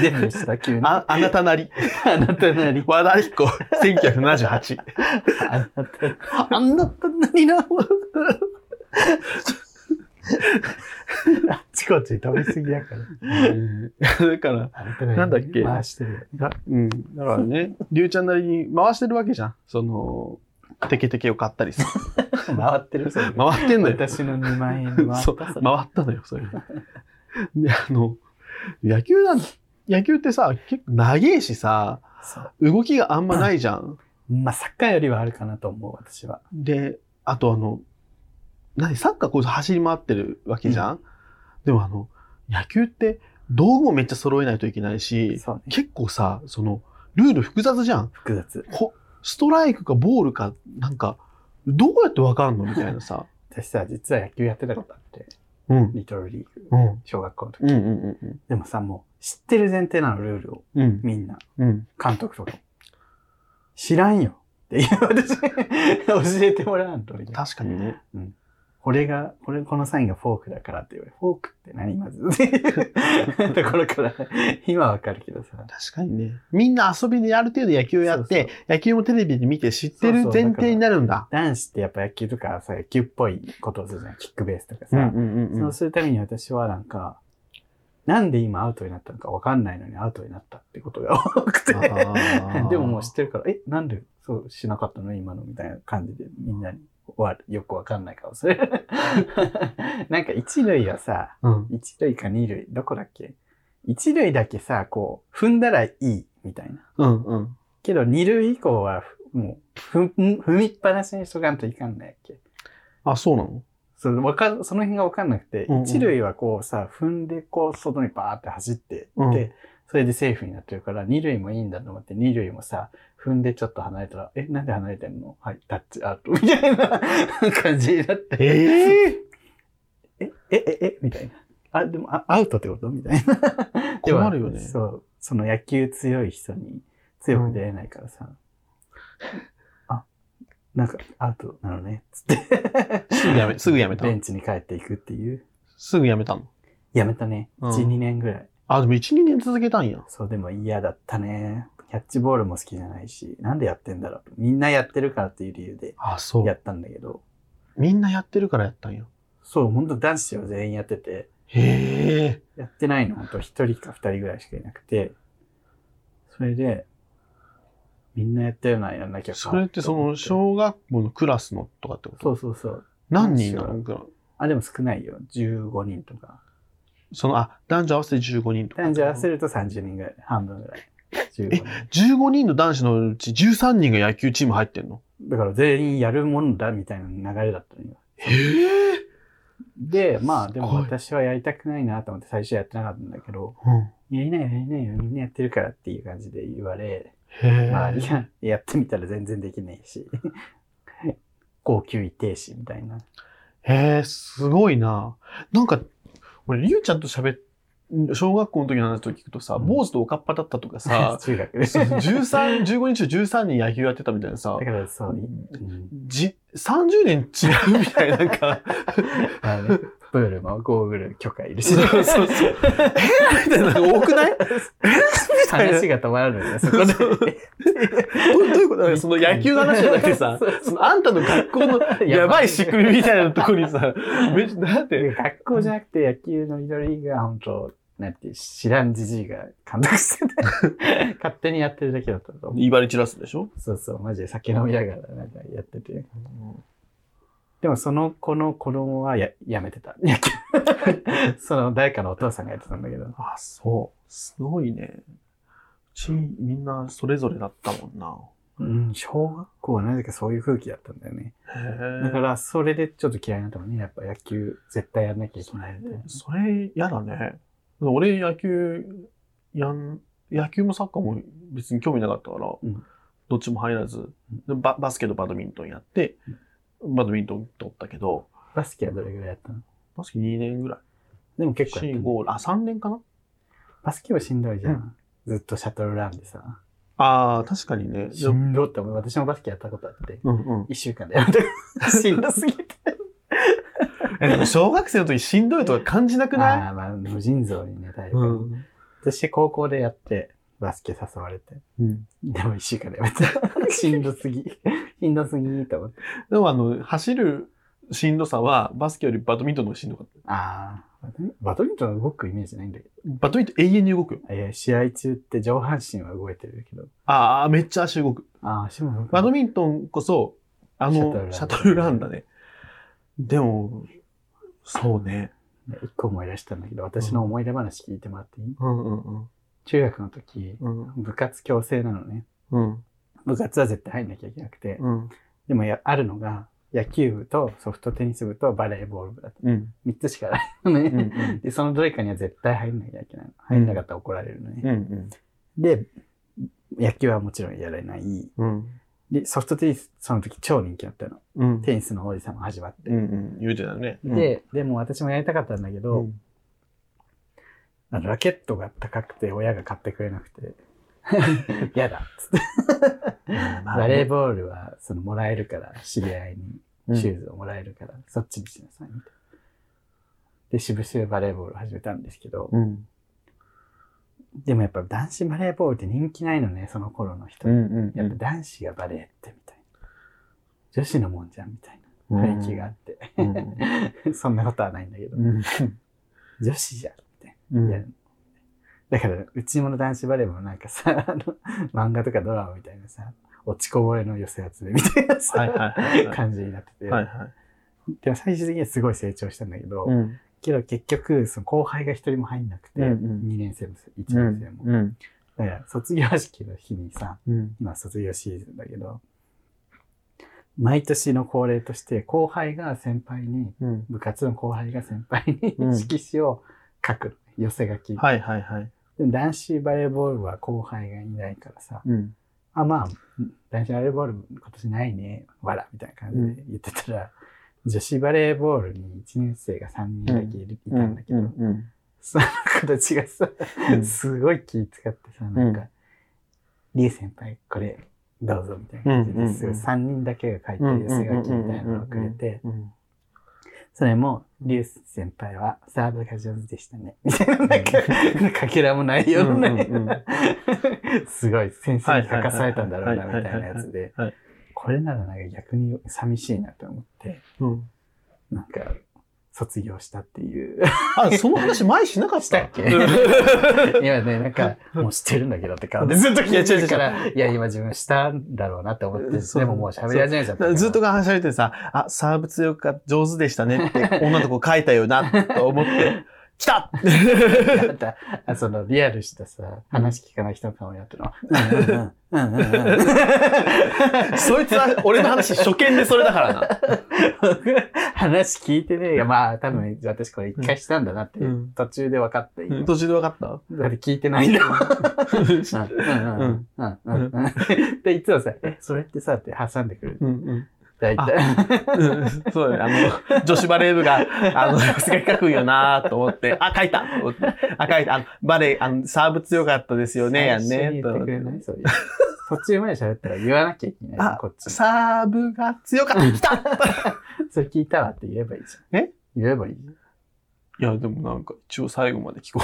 A: 全部した、急に。
B: あ、あなたなり。
A: あなたなり。
B: 和田彦、1978。
A: あなた、あなたなりの。あちこち食べ過ぎだから。
B: だから、
A: あなたなり
B: なんだっけ
A: 回してるよね。
B: だうん。だからね、りゅうちゃんなりに回してるわけじゃん。その、テケテケを買ったりさ。
A: 回ってる。回
B: 回ってんの (laughs) よ。
A: 私の2万円回った
B: そう、回ったのよ、それ。で、あの、野球なん、野球ってさ、結構長えしさ、
A: そう
B: 動きがあんまないじゃん。
A: まあ、サッカーよりはあるかなと思う、私は。
B: で、あとあの、何、サッカーこう走り回ってるわけじゃん、でもあの、野球って道具もめっちゃ揃えないといけないし、
A: そうね。
B: 結構さ、その、ルール複雑じゃん。
A: 複雑。
B: こストライクかボールか、なんか、どうやってわかんのみたいな (laughs) さ。
A: 私さ、実は野球やってたことあって、
B: うん。
A: リトルリーグ、
B: うん。
A: 小学校の時。
B: うんうんうん
A: でもさ、もう知ってる前提なの、ルールを。
B: うん。うん。
A: みんな。
B: うん。
A: 監督とかも。知らんよ。っていう、私、教えてもらわんと。みたいな
B: 確かにね。
A: これが、これ、このサインがフォークだからって言われ、フォークって何
B: (laughs)
A: まずっていうところから、今わかるけどさ。
B: 確かにね。みんな遊びである程度野球やって、
A: そう
B: 野球もテレビで見て知ってる前提になるんだ。
A: 男子ってやっぱ野球とかさ、野球っぽいことをするじゃん。キックベースとかさ。
B: ん
A: そうするために私はなんか、なんで今アウトになったのかわかんないのにアウトになったってことが多くて。 (laughs) でももう知ってるから、え、なんでそうしなかったの今のみたいな感じでみんなにわよくわかんない顔する。 (laughs) なんか一類はさ、
B: うん。
A: 一類か二類、どこだっけ一類だけさ、こう、踏んだらいいみたいな。
B: うんうん。
A: けど二類以降はもう、ふん踏みっぱなしにしとかんといかんないっけ
B: あ、そうなの
A: そのわかその辺が分かんなくて、
B: うんうん
A: 一類はこうさ、踏んでこう、外にバーって走ってって、
B: うん
A: それでセーフになってるから、二類もいいんだと思って、二類もさ、踏んでちょっと離れたら、え、なんで離れてんのはい、タッチアウト、みたいな (laughs) 感じになって、
B: ええ
A: え、え、え、え、みたいな。あ、でも、あアウトってことみたいな。で
B: (laughs) 困
A: は
B: るよね。
A: そう、その野球強い人に強く出れないからさ、あ、なんかアウトなのね、つって。
B: すぐやめ、すぐやめた
A: ベ。ンチに帰っていくっていう。
B: すぐやめたの。
A: やめたね。
B: うん
A: 1、2年ぐらい。
B: あ、でも1、2年続けたんや。
A: そう、でも嫌だったね。キャッチボールも好きじゃないし、なんでやってんだろうと。みんなやってるからっていう理由で
B: あ、そ
A: や
B: う。
A: ったんだけど、
B: みんなやってるからやったんや。
A: そう、ほんと男子は全員やってて、
B: へえ。
A: やってないのほんと1人か2人ぐらいしかいなくて、それで、みんなやったようなやんなきゃか
B: それってそ
A: と思
B: の、小学校のクラスのとかってこと
A: そうそうそう。
B: 何人な
A: 男
B: の
A: あ、でも少ないよ。15人とか。
B: その、あ、男女合わせて15人とか。
A: 男女合わせると30人ぐらい。半分ぐらい。 15人
B: 15人の男子のうち13人が野球チーム入ってんの
A: だから全員やるもんだみたいな流れだったのよ。
B: へえ。
A: で、まあ、
B: す
A: で
B: ごい
A: も私はやりたくないなと思って最初やってなかったんだけど、
B: うん。
A: やりなよやりなよ、みんなやってるからっていう感じで言われ、
B: へえ。
A: まあ、 (laughs) いや、やってみたら全然できないし、 (laughs) 高級一定しみたいな。
B: へえ、すごいな。なんか、俺、りゅうちゃんと喋っ、小学校の時の話を聞くとさ、
A: うん、
B: 坊主とおかっぱだったとかさ
A: (laughs) 中学で。
B: そう13、15人中13人野球やってたみたいなさ
A: だ、からそう、うん
B: (laughs) じ、30年違うみたいな、なんか、
A: まあね、プールもゴーグル許可いるし、
B: そうそうそう。えみたいなの多くない
A: (laughs) 話が止まるんだよ、そこ
B: そうそう
A: で。
B: どうどういうことだからその野球の話じゃなくてさ、そのあんたの学校
A: (laughs)
B: のやばい仕組みみたいなところにさ、 (laughs) めっちゃ、だって、
A: 学校じゃなくて野球の緑が本当なんていう知らんじじいが監督して
B: (laughs)
A: て勝手にやってるだけだったと思
B: 威張り散らすでしょ
A: うそうそうマジで酒飲みながらなんかやっててでもその子の子供はややめてた (laughs) 野球その誰かのお父さんがやってたんだけど
B: あ、そう。すごいね。うち、みんなそれぞれだったもんな。
A: うん小学校はなぜかそういう空気だったんだよねだか
B: へえ。
A: らそれでちょっと嫌いになったもんねやっぱ野球絶対やんなきゃいけないみたいな
B: それ、嫌だね。俺、野球、やん、野球もサッカーも別に興味なかったから、
A: うん
B: どっちも入らず、でババスケとバドミントンやって、バドミントン取ったけど、
A: バスケはどれぐらいやったの
B: バスケ2年ぐらい。
A: でも結構やった
B: 4、
A: ね
B: 5、あ、3年かな
A: バスケはしんどいじゃん、ずっとシャトルランでさ
B: ああ、確かにね。
A: しんどって思う。私もバスケやったことあって、
B: うんうん。
A: 一週間でやめた。 (laughs) しんどすぎて。
B: え、でも小学生の時しんどいとか感じなくない
A: ああ、まあ、無尽蔵にね、大変。
B: うん。
A: 私、高校でやって、バスケ誘われて。
B: うん
A: でも一週間でやめ (laughs) た。しんどすぎ。しんどすぎと思って。
B: でもあの、走るしんどさは、バスケよりバドミントンの方がしんどかった。
A: ああ、バドミントン動くイメージないんだけ
B: バドミントン永遠に動くよ。
A: ど。いや、試合中って上半身は動いてるけど。
B: ああ、めっちゃ足動く。
A: ああ、足も動く。
B: バドミントンこそ、あの、シ
A: シ
B: ャ
A: ャ
B: ト
A: ト
B: ル
A: ル
B: ラ
A: ラ
B: ン
A: ン
B: だね。でも、そうね。
A: ね一個思い出したんだけど、私の思い出話聞いてもらっていい、
B: うんうん
A: 中学の時、
B: うん。
A: 部活強制なのね。
B: うん。
A: 部活は絶対入んなきゃいけなくて。
B: うん。
A: でもや、あるのが、野球部とソフトテニス部とバレーボール部だと。
B: うん。
A: 3つしかないのね。
B: うんう
A: (laughs)
B: ん
A: で、そのどれかには絶対入んなきゃいけないの。入んなかったら怒られるの
B: う
A: ね。
B: ん。
A: で、野球はもちろんやれない。
B: うん。
A: で、ソフトテニス、その時超人気だったの。
B: うん。
A: テニスの王子様始まって。
B: うんうん。言うてたね。うん、
A: で、でも私もやりたかったんだけ
B: う
A: ど、
B: ん、
A: あのラケットが高くて親が買ってくれなく
B: (laughs)
A: て、嫌だっつって。バレーボールは、その、もらえるから、知り合いに。
B: うん
A: シューズをもらえるから、そっちにしなさい、みたいな。で、渋々バレーボールを始めたんですけど、
B: うん。
A: でもやっぱ男子バレーボールって人気ないのね、その頃の人。
B: うんうん。
A: やっぱ男子がバレーってみたいな。女子のもんじゃん、みたい
B: うん
A: な雰囲気があって。
B: うん。
A: (laughs) そんなことはないんだけど、
B: うん
A: 女子じゃん、みたい
B: うん
A: な。やるだから、うちもの男子バレーもなんかさ、 (laughs) あの、漫画とかドラマみたいなさ、落ちこぼれの寄せ集めみたいなさ、
B: はいはいはいはい
A: 感じになってて、
B: はいはい。
A: でも最終的にはすごい成長したんだけど、
B: うん。
A: けど結局、その後輩が一人も入んなくて、
B: うんう
A: 二
B: ん
A: 2年生も1年生も。
B: うん。
A: だから、卒業式の日にさ、
B: うん。
A: 今卒業シーズンだけど、毎年の恒例として、後輩が先輩に、
B: うん。
A: 部活の後輩が先輩に、
B: うん
A: 色紙を書くの。寄せ書き。
B: はいはいはい。
A: でも男子バレーボールは後輩がいないからさ、
B: うん。
A: あ、まあ、男子バレーボール今年ないね、わら、みたいな感じで言ってたら、女子バレーボールに1年生が3人だけいるいたんだけど、 (laughs)
B: うん。
A: その子たちがさ、
B: うん
A: すごい気使ってさ、なんか、リエ先輩、これ、どうぞ、みたいな感じ
B: うんうんう
A: で
B: ん
A: すごい、3人だけが書いてる寄せ書きみたいなのをくれて、
B: うん。
A: それも、リエ先輩は、サーブが上手でしたね、みたいな、なんか、かけらもないような
B: うんうんうん、
A: すごい、先生に書かされたんだろうな、
B: はいはい
A: み
B: は
A: た
B: い
A: いなやつで
B: はい、
A: これならなんか逆に寂しいなと思って、
B: うん。
A: なんか、卒業したっていう。
B: (laughs) あ、その話前しなかった
A: したっ
B: (laughs)
A: けいやね、なんか、もうしてるんだけどって顔で、ずっと聞いてるから、いや、今自分したんだろうなって思って、
B: そう
A: でももう喋り始めちゃったから。
B: ずっとが話し合 (laughs) ってさ、あ、サーブ強か上手でしたねって女の子書いたよな、と思って。来た
A: なんか (laughs) あそのリアルしたさ、話聞かない人の顔になってるの。うんうんうんうんうんうん
B: (laughs) そいつは俺の話初見でそれだからな。
A: 話聞 (laughs) いてねえよ。まあ、多分私これ一回したんだなって
B: うん、
A: 途中で分かった。今
B: 途中で分かった
A: だって聞いてないんだもん。うんう
B: うんん
A: うんうんうん。で、いつもさ、え、それってさ、って挟んでくる。
B: うんうん
A: 大体。 (laughs)
B: うんそうだね。あの、女子バレー部が、あの、すげえ書くんよなと思って、あ、書いたと思ってあ、書いた。あのバレー、あの、サーブ強かったですよね、やん
A: 最初に
B: ね。と
A: 言って
B: 思っ
A: くれな
B: て
A: いそういう。途中まで喋ったら言わなきゃいけない。
B: あ
A: こっちも。
B: サーブが強かった。来た
A: それ聞いたわって言えばいいじゃん。
B: え
A: 言えばいい。
B: いや、でもなんか、一応最後まで聞こ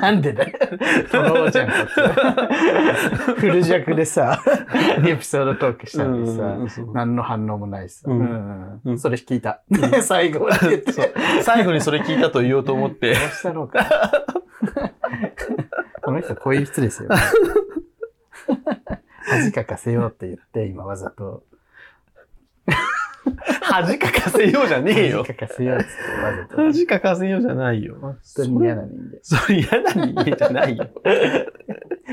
A: なんでだよ。トローじゃん、こっち。フル弱でさ、エピソードトークし
B: う。
A: たのにさ、
B: うんそう
A: 何の反応もないしさ。
B: うん
A: うん
B: うん
A: それ聞いた。 (laughs) 最後まで言って。
B: そ
A: ど
B: う最後にそれ聞いたと言おうと思って
A: う。したろうか。 (laughs) この人こういう人
B: (laughs)
A: ですよ。恥かかせようって言って、今わざと。
B: 恥かかせようじゃねえよ
A: 恥。かかせようって言ってわざと。
B: 恥かかせようじゃないよ。
A: 本当に嫌な人間。
B: それ嫌な人間じゃないよ。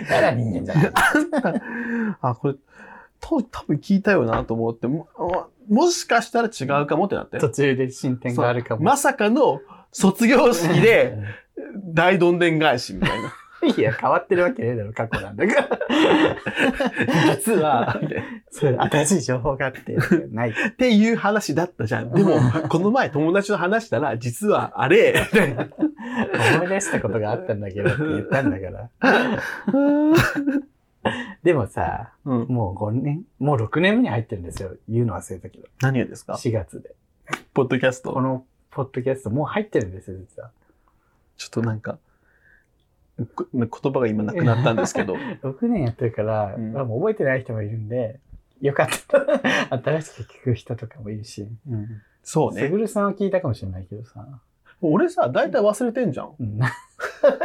A: 嫌な人間じゃない。
B: あ、これ、と多分聞いたよなと思って、ももしかしたら違うかもってなって。
A: 途中で進展があるかも。
B: まさかの卒業式で大どんでん返しみたいな。
A: いや、変わってるわけねえだろ、過去なんだから。
B: 実は、みたいな
A: それ新しい情報があって、ない。
B: っていう話だったじゃん。でも、この前友達と話したら、実はあれ、みたいな。
A: 思い出したことがあったんだけどって言ったんだから。でもさ、
B: うん、
A: もう5年もう6年目に入ってるんですよ。言うの忘れたけど。
B: 何がですか
A: 4月で。
B: ポッドキャスト
A: こ。のポッドキャストもう入ってるんですよ、実は。
B: ちょっとなんか、こ言葉が今なくなったんです (laughs) けど。
A: 6年やってるから、
B: うん
A: まあもう覚えてない人もいるんで、よか
B: (laughs)
A: った。新しく聞く人とかもいるし。
B: そう
A: す
B: ね
A: ぐ。るさんは聞いたかもしれないけどさ。
B: 俺さ、大体忘れてんじゃん。
A: うん
B: (laughs)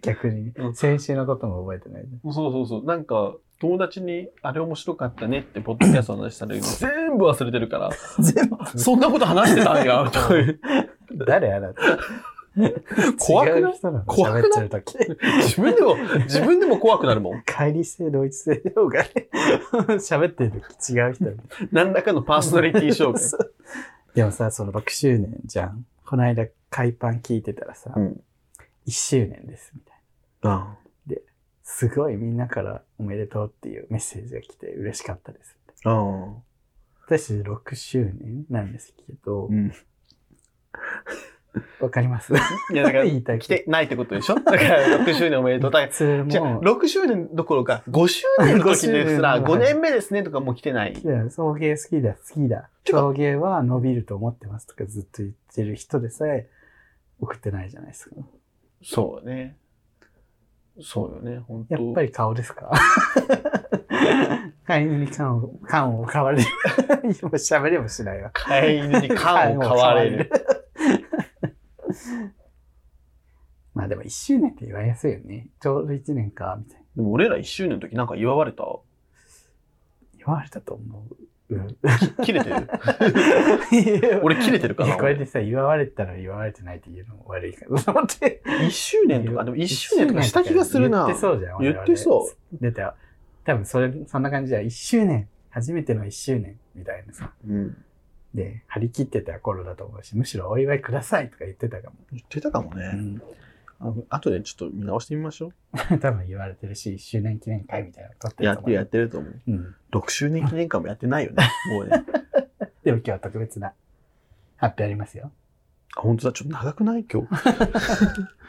A: 逆に
B: う、ん
A: 先週のことも覚えてない。
B: そうそうそう。なんか、友達に、あれ面白かったね (laughs) って、ポッドキャストの話したら、全部忘れてるから、
A: 全部
B: (laughs) そんなこと話してたんや、という
A: 誰あなた
B: 怖くない
A: 違う人なの
B: 怖くない
A: 喋ってる時
B: 自分でも、自分でも怖くなるもん。
A: 乖離性同一性障害喋ってる時違う人みたい
B: (laughs) 何らかのパーソナリティ障害。
A: そうでもさその6周年じゃんこの間海パン聞いてたらさ、
B: うん
A: 1周年ですみたいなすごいみんなからおめでとうっていうメッセージが来て嬉しかったですって
B: うん。
A: 私6周年なんですけど
B: うん。
A: わかります
B: いや、だから、
A: 言いたい
B: 来てないってことでしょだ (laughs) から、6周年おめでとう。だから、
A: それ
B: じゃあ
A: も
B: 6周年どころか、5周年の時です
A: 5周年
B: (laughs) ら、
A: のはい
B: 5年目ですねとかもう来てない。
A: いや、送迎好きだ、好きだ。
B: てか
A: 送迎は伸びると思ってますとかずっと言ってる人でさえ送ってないじゃないですか。
B: そうね。そうよね、本当
A: やっぱり顔です
B: (laughs)
A: か飼い犬に缶を、缶を買われ (laughs) る。もう喋れもしないわ。
B: 飼い犬に (laughs) 缶を買われる。
A: まあでも一周年って言われやすいよね。ちょうど一年か、みたいな。
B: でも俺ら1周年の時なんか祝われた
A: 言われたと思う。うん、
B: 切れて (laughs) る (laughs) 俺切れてるか
A: い
B: な
A: やこれでさ、言われたら言われてないっていうのも悪いからと思って。
B: ?1 周年とか、でも1周年とかした気がするな。
A: 言ってそうじゃん。。
B: 言ってそう
A: 出た。多分それ、そんな感じじゃん。1周年。初めての1周年みたいなさ。
B: うん
A: で、張り切ってた頃だと思うし、むしろお祝いくださいとか言ってたかも。
B: 言ってたかも
A: う
B: ね。
A: ん。
B: ああとでちょっと見直してみましょ
A: (laughs) 多分言われてるし、1周年記念会みたいなの撮って
B: う。や
A: る
B: っ
A: と
B: て
A: 思う。
B: るやってると思う。
A: うん。
B: 6周年記念館もやってないよね。 (laughs) もうね。
A: でも今日は特別な発表ありますよ。
B: あ、本当だ。ちょっと長くない今日。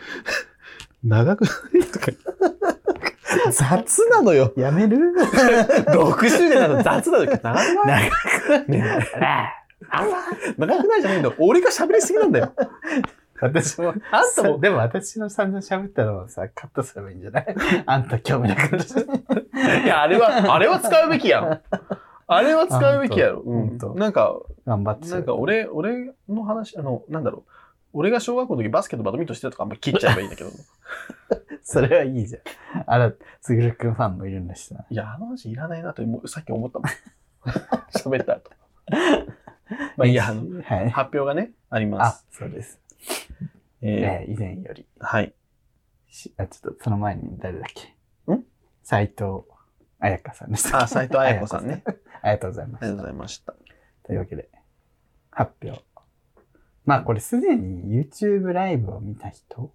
B: (laughs) 長くないとか言って。雑なのよ。
A: (laughs) やめ
B: (laughs)
A: る
B: 6周年なの雑なのよ。長くない
A: (laughs) 長
B: (laughs)
A: くねあ
B: 長くないじゃないんだよ。俺が喋りすぎなんだよ。
A: 私も、
B: (laughs) あんたも
A: でも私の散々喋ったのをさ、カットすればいいんじゃない
B: (laughs)
A: あんた興味なくなる。
B: いや、あれは、あれは使うべきやん。あれは使うべきやろ。
A: あ本当
B: うんなんか、
A: 頑張って。
B: なんか俺、俺の話、あの、なんだろう。俺が小学校の時バスケとバドミントンしてたとかあんま切っちゃえばいいん (laughs) だけど。い
A: それはいいじゃん。あら、すぐるくんファンもいるんだしさ。
B: や、あの話いらないなと思うさっき思 (laughs) ったもん。喋った後。ま
A: ま
B: あいいや、あの、
A: はい。
B: 発表がね、ありま
A: あ
B: す。、
A: そうです。
B: え
A: えー以前より
B: ーはい。
A: しあ、ちょっとその前に誰だっけ
B: ん
A: 斎藤彩香さんです。
B: あ斉藤彩子さんね。
A: ありがとうございま
B: あり
A: し
B: がとうご
A: た
B: ざい。ました。
A: というわけで、発表。まあこれすでに YouTube ライブを見た人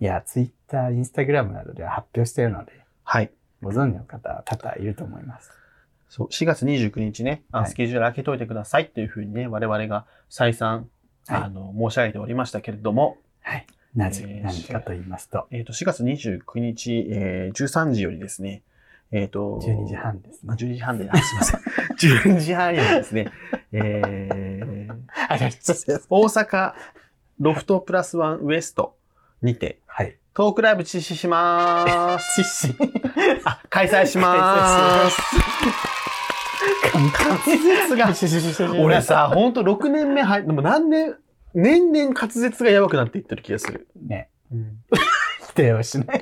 A: いや、Twitter、Instagram などでは発表しているので、
B: はい。
A: ご存知の方は多々いると思います。
B: そう、4月29日ね、あ
A: はい
B: スケジュール開けといてくださいっていうふうにね、我々が再三、
A: はい
B: あの、申し上げておりましたけれども、
A: はい。なぜ、
B: えー
A: 何かと言いますと、
B: えっ、と、4月29日、えー、13時よりですね、えっ、と、
A: 12時。半です
B: あ、
A: ね。
B: 12時半
A: (laughs)
B: で、あすいません。12時半よりですね、えー、
A: あ、じゃあ失礼します
B: 大阪ロフトプラスワンウエストにて、 (laughs)
A: はい。
B: トークライブ実施しま
A: (laughs)
B: ーす。
A: 失神。
B: あ、開催しまーす。
A: 滑
B: 舌が
A: が
B: (laughs) 俺、さ、ほんと6年目入っでも何年、年々滑舌がやばくなっていってる気がする。
A: ね、
B: うん。
A: 否定をしない。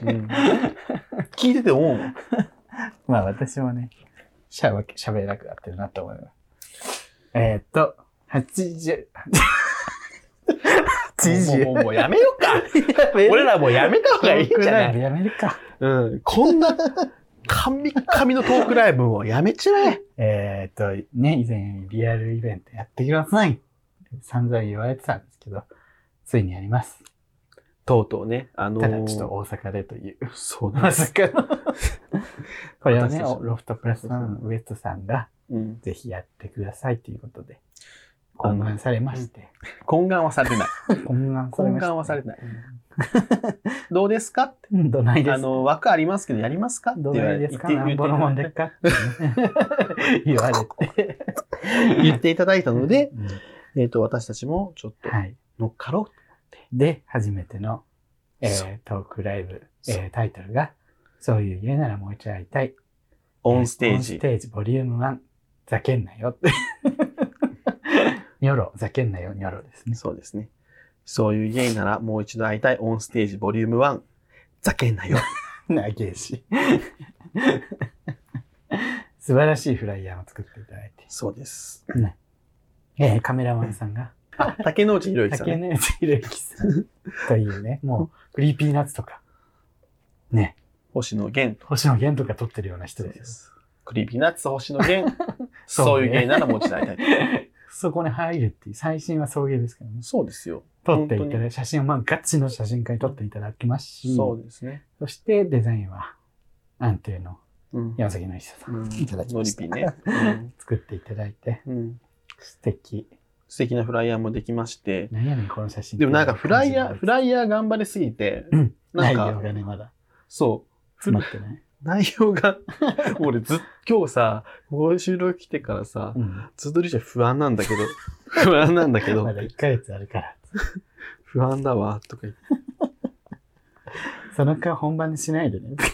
B: 聞いてて思うもん。
A: まあ私もね、しゃべ、しゃべれなくなってるなと思います。えー、っと、80、
B: もうも
A: 80。
B: うもうやめようか。俺
A: 俺
B: らもうやめた方がいいんじゃない
A: やめるか。
B: うん。こんな、神々のトークライブをやめちまえ。
A: えー、っと、ね、以前リアルイベントやってください。散々言われてたんですけど、ついにやります。
B: とうとうね、あのー
A: ただちょっと大阪でという。
B: そうなん
A: ま
B: です。
A: さかの。 (laughs) これを
B: 私
A: ね、
B: たち
A: おロフトプラスワンウエストさんが、
B: うん。
A: ぜひやってくださいということで、懇願されまして。
B: 懇願はさ
A: (laughs)
B: れてない。
A: 懇願
B: 懇願はされてない。どうですかって。
A: うんどないで
B: あ
A: すか
B: の、枠ありますけど、やりますかって
A: ど
B: 言わ
A: ない
B: れ
A: です
B: 言っ
A: か
B: て
A: なんぼのもんでっかってね言われて。
B: (laughs) 言っていただいたの (laughs) で、
A: うん
B: えっと、私たちもちょっと
A: はい。
B: 乗っかろ
A: で、初めての、え
B: そ
A: ー、トークライブ、え
B: そ
A: ー、タイトルが、そういう家ならもう一度会いたい。
B: う。オンステー
A: オンス
B: ジ。
A: テージボリューム1。ざけんなよって。 (laughs) ニョロ、ざけんなよ、ニョロですね。
B: そうですね。そういうゲイならもう一度会いたい。オンステージボリューム1。ざけ
A: (laughs)
B: んなよ。
A: なげえし。 (laughs) 素晴らしいフライヤーを作っていただいて。
B: そうです。
A: えー、カメラマンさんが、
B: あ、竹野内博之さん
A: 竹
B: ね。
A: 野内宏之さ
B: (laughs)
A: んというね、もう、クリーピーナッツとか、ね、
B: 星野源
A: 星野源とか撮ってるような人ですよ。
B: す。クリーピーナッツ星野
A: (laughs)
B: 源。そういうゲイならもう一度会いたい。
A: そこに入るっていう、最新は送迎ですからね。
B: そうですよ。
A: 撮っていた
B: 本当
A: だいて、写真をまあガチの写真家に撮っていただきますし、
B: そうですね。
A: そしてデザインは安定の
B: うん。
A: 山崎の久さん
B: うん
A: いただき
B: ノ
A: ま
B: リ
A: し
B: ピ
A: た
B: ーね。
A: (laughs)
B: うん
A: 作っていただいて、
B: うん。
A: 素敵。
B: 素敵なフライヤーもできまして。
A: なんやねん、この写真。
B: でもなんかフライヤー、フ
A: イ
B: ライヤー頑張りすぎて、
A: うん
B: なん
A: 内容
B: か、
A: がね、まだ
B: そう、
A: 詰まってない。
B: 内容が、 (laughs) 俺ずっ今日さ、ここ収録来てからさ
A: う、ん。
B: ずっとりちゃん不安なんだけど、 (laughs) 不安なんだけど
A: ま、だ1ヶ月あるから。
B: 不安だわ、とか言っ
A: その顔本番にしないでね。
B: て、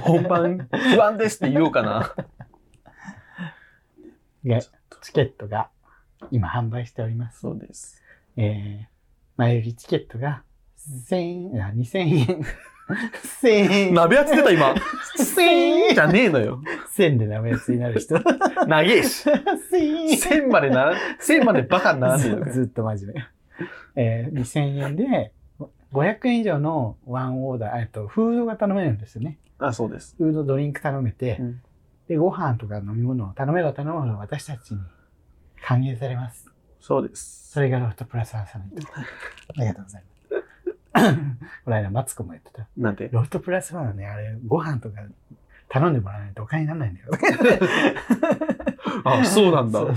B: 本番、不安ですって言おうかな。
A: がチケットが今販売しております。
B: そうです。
A: えー、前売りチケットが1000あ2000円。1000円。
B: 鍋やつ出た今。
A: 1000円
B: じゃねえのよ。
A: 1000で名安になる
B: (laughs)
A: 人。1000
B: 長えし。
A: 円。
B: 千までなら、千までバカにならんねえの
A: ず (laughs) ずっと真面目。えー、2000円で、500円以上のワンオーダー、えっと、フードが頼めるんですよね。
B: あ、そうです。
A: フード、ドリンク頼めて、
B: うん
A: で、ご飯とか飲み物を頼めば頼むほど私たちに歓迎されます。
B: そうです
A: そ。れがロフトプラスワンさんの
B: (laughs)
A: 言ってたありがとうございます。この間、マツコも言ってた。
B: なんて。
A: ロフトプラスワンはね、あれ、ご飯とか頼んでもらわないとお金にならないんだよ。
B: (laughs) あ、そうなんだ
A: そ。う (coughs)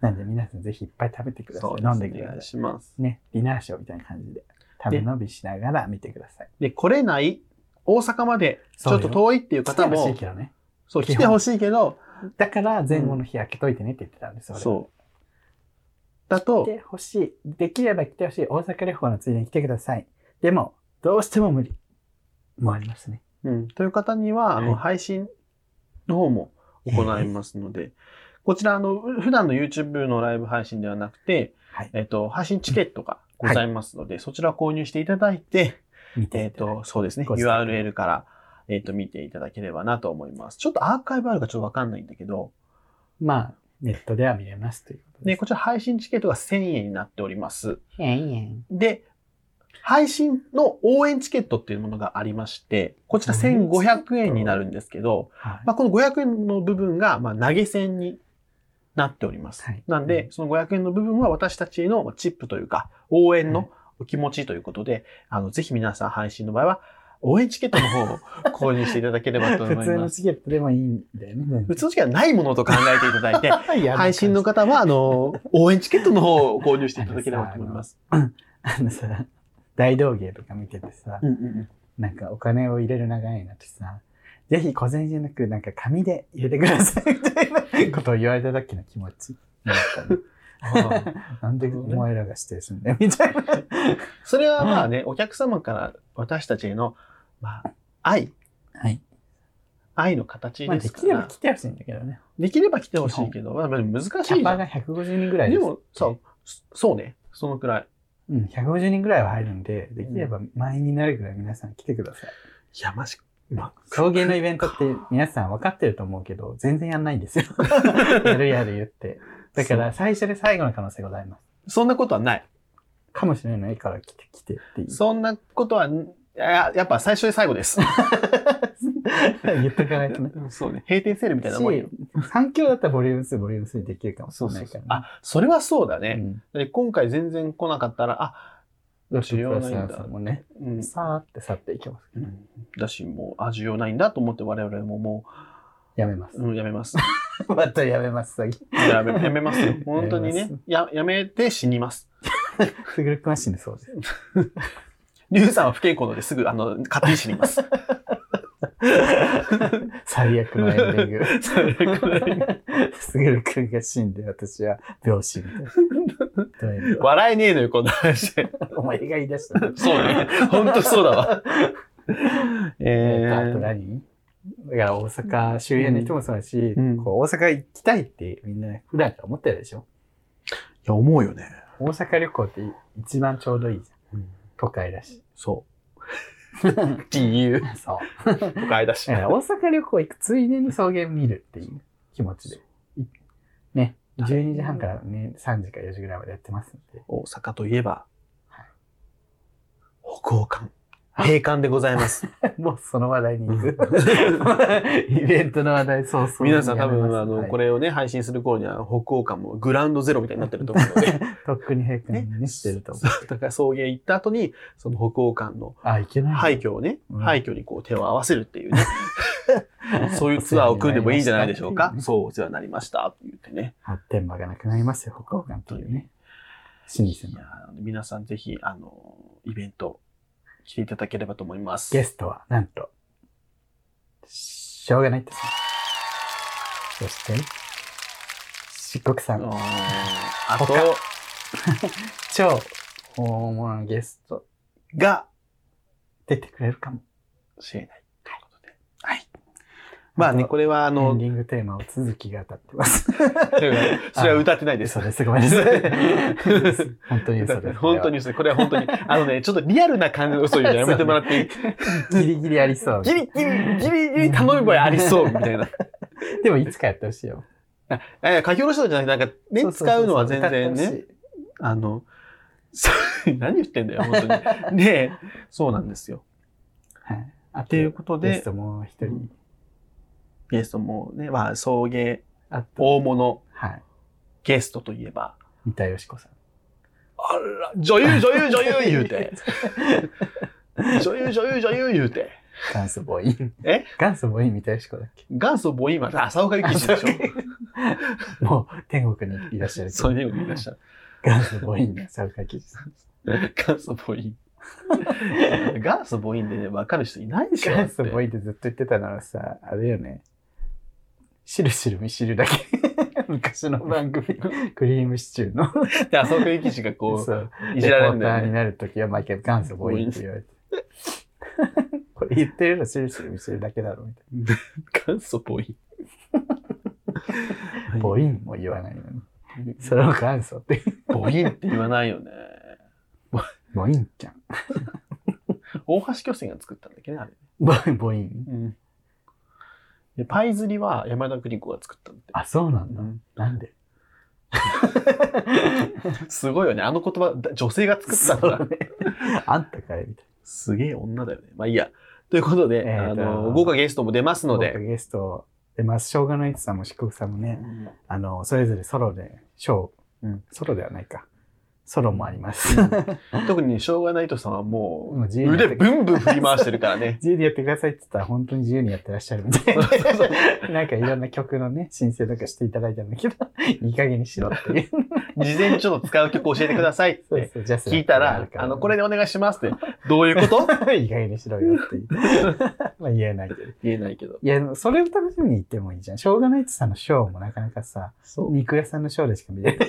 A: なんで、皆さんぜひいっぱい食べてください。飲
B: そう
A: んでく
B: お
A: だ
B: 願い
A: さ
B: します。
A: い。ね、ディナーショーみたいな感じで、食べ飲みしながら見てください。
B: で、来れない、大阪まで、ちょっと遠いっていう方
A: 来てほしい
B: も、
A: けどね。
B: そう、
A: 基本
B: 来てほしいけど、
A: だから、前後の日開けといてねって言ってたんです、俺は
B: そう。だ
A: 来
B: と、
A: てほしい。できれば来てほしい。大阪旅行のついでに来てください。でも、どうしても無理。もありますね。
B: うん、という方には、あ
A: はい
B: の、配信の方も行いますので、こちら、あの、普段の YouTube のライブ配信ではなくて、
A: はい。
B: えっと、配信チケットがございますので、そちらを購入していただいて、
A: 見て
B: えっ
A: いただいて
B: と、そうですね、
A: ご自宅
B: URL から、えっと、見ていただければなと思います。ちょっとアーカイブあるかちょっとわかんないんだけど、
A: まあ、ネットでは見れますということ
B: で、
A: です。
B: こちら配信チケットが1000円になっております。
A: えんえん
B: で、配信の応援チケットっていうものがありまして、こちら1500円になるんですけど、
A: はい
B: まあ、この500円の部分が、まあ、投げ銭になっております。
A: はい
B: なん
A: う
B: で、その500円の部分は私たちへのまあチップというか、応援のお気持ちということで、あの、ぜひ皆さん配信の場合は、応援チケットの方を購入していただければと思い
A: 普通
B: ま
A: の
B: (laughs) す。
A: チケットでもいいんだよね。
B: 普通のチケットはないものと考えていただい (laughs) て、配信の
A: 方。
B: 方は、あの、応援チケットの方を購入していただければと思います。
A: (laughs) あのさ、大道芸とか見ててさ、
B: うんうん
A: なんかお金を入れる流れになってさ、ぜひ小銭じゃなく、なんか紙で入れてくださいみたいなことを言われただけの気持ちになったの。
B: うん。
A: なんでお前らが指定すんだよみたいな。
B: それはまあね、お客様から私たちへの、まあ、愛、
A: はい。
B: 愛の形
A: まあ、
B: で
A: です
B: か
A: きれば
B: ら、
A: 来てほしいんだけどね。
B: できれば来てほしいけど、まあ、でも難しい
A: キ
B: じゃ
A: ャパ
B: ん。
A: が150人ぐらい
B: で
A: です。
B: も、そう、そうね、そのくらい。
A: うん、150人ぐらいは入るんで、できれば満員になるぐらい皆さん来てください。
B: いや、まじ、ま
A: 送迎のイベントって皆さん分かってると思うけど、全然やんないんですよ。やるやる言って。だから最初で最後の可能性ございます。
B: そんなことはない。
A: かもしれないから来て来てっていう
B: そんなことは、いややっぱ最初で最後です。
A: 言っとかないとね。
B: そうね。閉店セールみたいなもんよ。
A: 3強だったらボリューム2、ボリューム3できるかもし
B: そ
A: れ
B: う
A: な
B: そ
A: いうから、
B: そう
A: ね。
B: あ、それはそうだ
A: う
B: ね。
A: ん。
B: で今回全然来なかったら、あ、
A: ロ
B: 需要ないんだ
A: ックプラスアルファもね、
B: うん、
A: さーって去っていきますけど、
B: だし、もう、あ、需要ないんだと思って我々もも
A: やめます
B: う、。うん、やめます。
A: またやめます、詐欺。
B: や
A: (laughs)
B: めやめますよ。本当に
A: や
B: ね
A: めま。
B: や、やめて死にます。
A: すぐるくんは死ぬそうです。
B: リュウさんは不健康のですぐ、あの、勝手に死に
A: (laughs)
B: ます。
A: 最悪のエンディング。
B: 笑
A: すぐるくんが死んで、私は病死みたいな。どういうこ
B: えねえのよ、こんな話。
A: とお前が言い出したの。
B: そうね。本当そうだ
A: (laughs)
B: わ。
A: え
B: え
A: ー、あと何だから大阪周辺の人もそうだし、
B: うん
A: こう大阪行きたいってみんな普段から思ってるでしょ
B: や、思うよね。
A: 大阪旅行って一番ちょうどいいじゃん。都会だし。 (laughs)
B: そう。っていう。
A: そう。
B: 都会だし
A: だから大阪旅行行くついでに草原見るっていう気持ちで。いね。12時半からね、3時から4時ぐらいまでやってますんで。 (laughs)
B: 大阪といえば
A: はい、
B: 北欧館。閉館でござい
A: (laughs)
B: ます。
A: もうその話題に行く。 (laughs) イベントの話題、そうそう。
B: 皆さん多分、あの、こ
A: れ。
B: れをね、配信する頃には、北欧館もグランドゼロみたいになってると思うので、
A: とっくに閉館にしてると (laughs) 思う。
B: そうだから送迎行った後に、その北欧館の
A: あ、いけない。
B: 廃墟をね、
A: うん
B: 廃墟にこう手を合わせるっていうね、
A: (laughs)
B: そういうツアーを組んでもいいんじゃないでしょうか。そう、お世話になりました。って言ってね。
A: 発展場がなくなりますよ、北欧館というね。老
B: い
A: 舗
B: や
A: の。
B: ー皆さんぜひ、あの、イベント、来ていただければと思います。
A: ゲストは、なんと、しょうがないですね。そして、漆黒さ
B: あ
A: ん
B: の。ーあ
A: 他
B: と、
A: 超大物ゲスト
B: が、
A: 出てくれるかも。
B: 知れない。ということで。はい。まあね、これは、あ
A: エン
B: の
A: デ、ィングテーマを続きが当たってます。
B: (laughs) それは歌ってないです
A: 嘘。です。ごめんなさい。嘘
B: (laughs)
A: です本当に嘘です。
B: 本当に嘘です。これは本当に、あのね、ちょっとリアルな感じの嘘言うのやめてもらってい
A: (laughs)
B: い
A: ギリギリありそう。
B: ギリギリ、ギリギリ頼み声ありそう、みたいな。
A: でもいつかやってほしいよ。
B: いやいや書き下ろしとかじゃなくて、なんかね、
A: そうそうそう
B: 使うのは全然。
A: 歌って
B: ね、あの、 (laughs) そう何言ってんだよ、本当
A: (laughs)
B: に。で、そうなんですよ。
A: ほしいはい。あ
B: ということで
A: ゲストもう一人。
B: ゲストもね、まあ、送迎、
A: あと、
B: 大物、
A: はい。
B: ゲストといえば、
A: 三田佳子さん。
B: あら、
A: (laughs)
B: 女優、女優、女優言うて。女優、女優、女優言うて。
A: 元祖ボーイ。
B: え
A: 元祖ボーイ三田佳子だっけ
B: 元祖ボイマン、浅岡幸一でし
A: (laughs)
B: ょ。
A: もう天国にいらっしゃるけ
B: そ
A: ど。
B: ういうのいらっしゃる。
A: 元祖ボーイの佐々木さん。
B: 元祖
A: (laughs)
B: ボイン。元祖ボインでね、わかる人いないでしょ。
A: 元祖ボー
B: イ
A: イってずっと言ってたならさ、あれよね。しるしるみしるだけ。 (laughs) 昔の番
B: (laughs)
A: 組、クリームシチューの。
B: ン。で、浅岡幸一がこ、
A: そうう
B: いじられる
A: レ
B: ん
A: ポータ
B: だよ
A: ーに
B: ね。
A: なるときは毎回元祖ボーイって言われ
B: (laughs)
A: て。これ言ってるのしるしるみしるだけだろみたい
B: 元祖ボイ
A: な。
B: ン。
A: ボ
B: イ
A: インも言わないのに。それを元祖って。
B: ボインって言わないよね。
A: ボインちゃん。
B: 大橋巨泉が作ったんだっけね、あれ。
A: ボイン、ボイン。
B: うん。で、パイ釣りは山田邦子が作ったんで。
A: あ、そうなんだ。なん
B: (laughs)
A: で
B: すごいよね。あの言葉、だ女性が作ったん
A: そ
B: だ
A: う。ね。 (laughs) あんたかいみたい
B: すげえ女だよね。まあいいや。ということで、
A: えーと
B: あの、豪華ゲストも出ます
A: な。
B: の
A: 豪華
B: で、
A: ゲスト、でまず、生姜のいつさんも四国さんもね、あの、それぞれソロで、ショー、
B: うん
A: ソロではないか。ソロもあります。
B: 特にしょうがないとさんは
A: も
B: も
A: う自
B: う、
A: 由にやって
B: 腕ブンブン振り回してるからね。
A: (laughs) 自由でやってくださいって言ったら本当に自由にやってらっしゃるみたい
B: そうそうそう
A: (laughs) な。なんかいろんな曲のね、申請とかしていただいたんだけど、 (laughs) いい加減にしろっていう。
B: 事前にちょっと使う曲教えてください
A: (laughs)
B: っ
A: そう
B: て
A: (laughs) そう、ジャス
B: 聞いたら、あの、これでお願いしますって、どういうこと
A: れ、 (laughs) いい加減にしろよっていう。まあ言えないけど。
B: 言えないけど。
A: いや、それを楽しみに行ってもいいじゃん。しょうがないってさんのショーもなかなかさ、
B: そう。
A: 肉屋さんのショーでしか見れない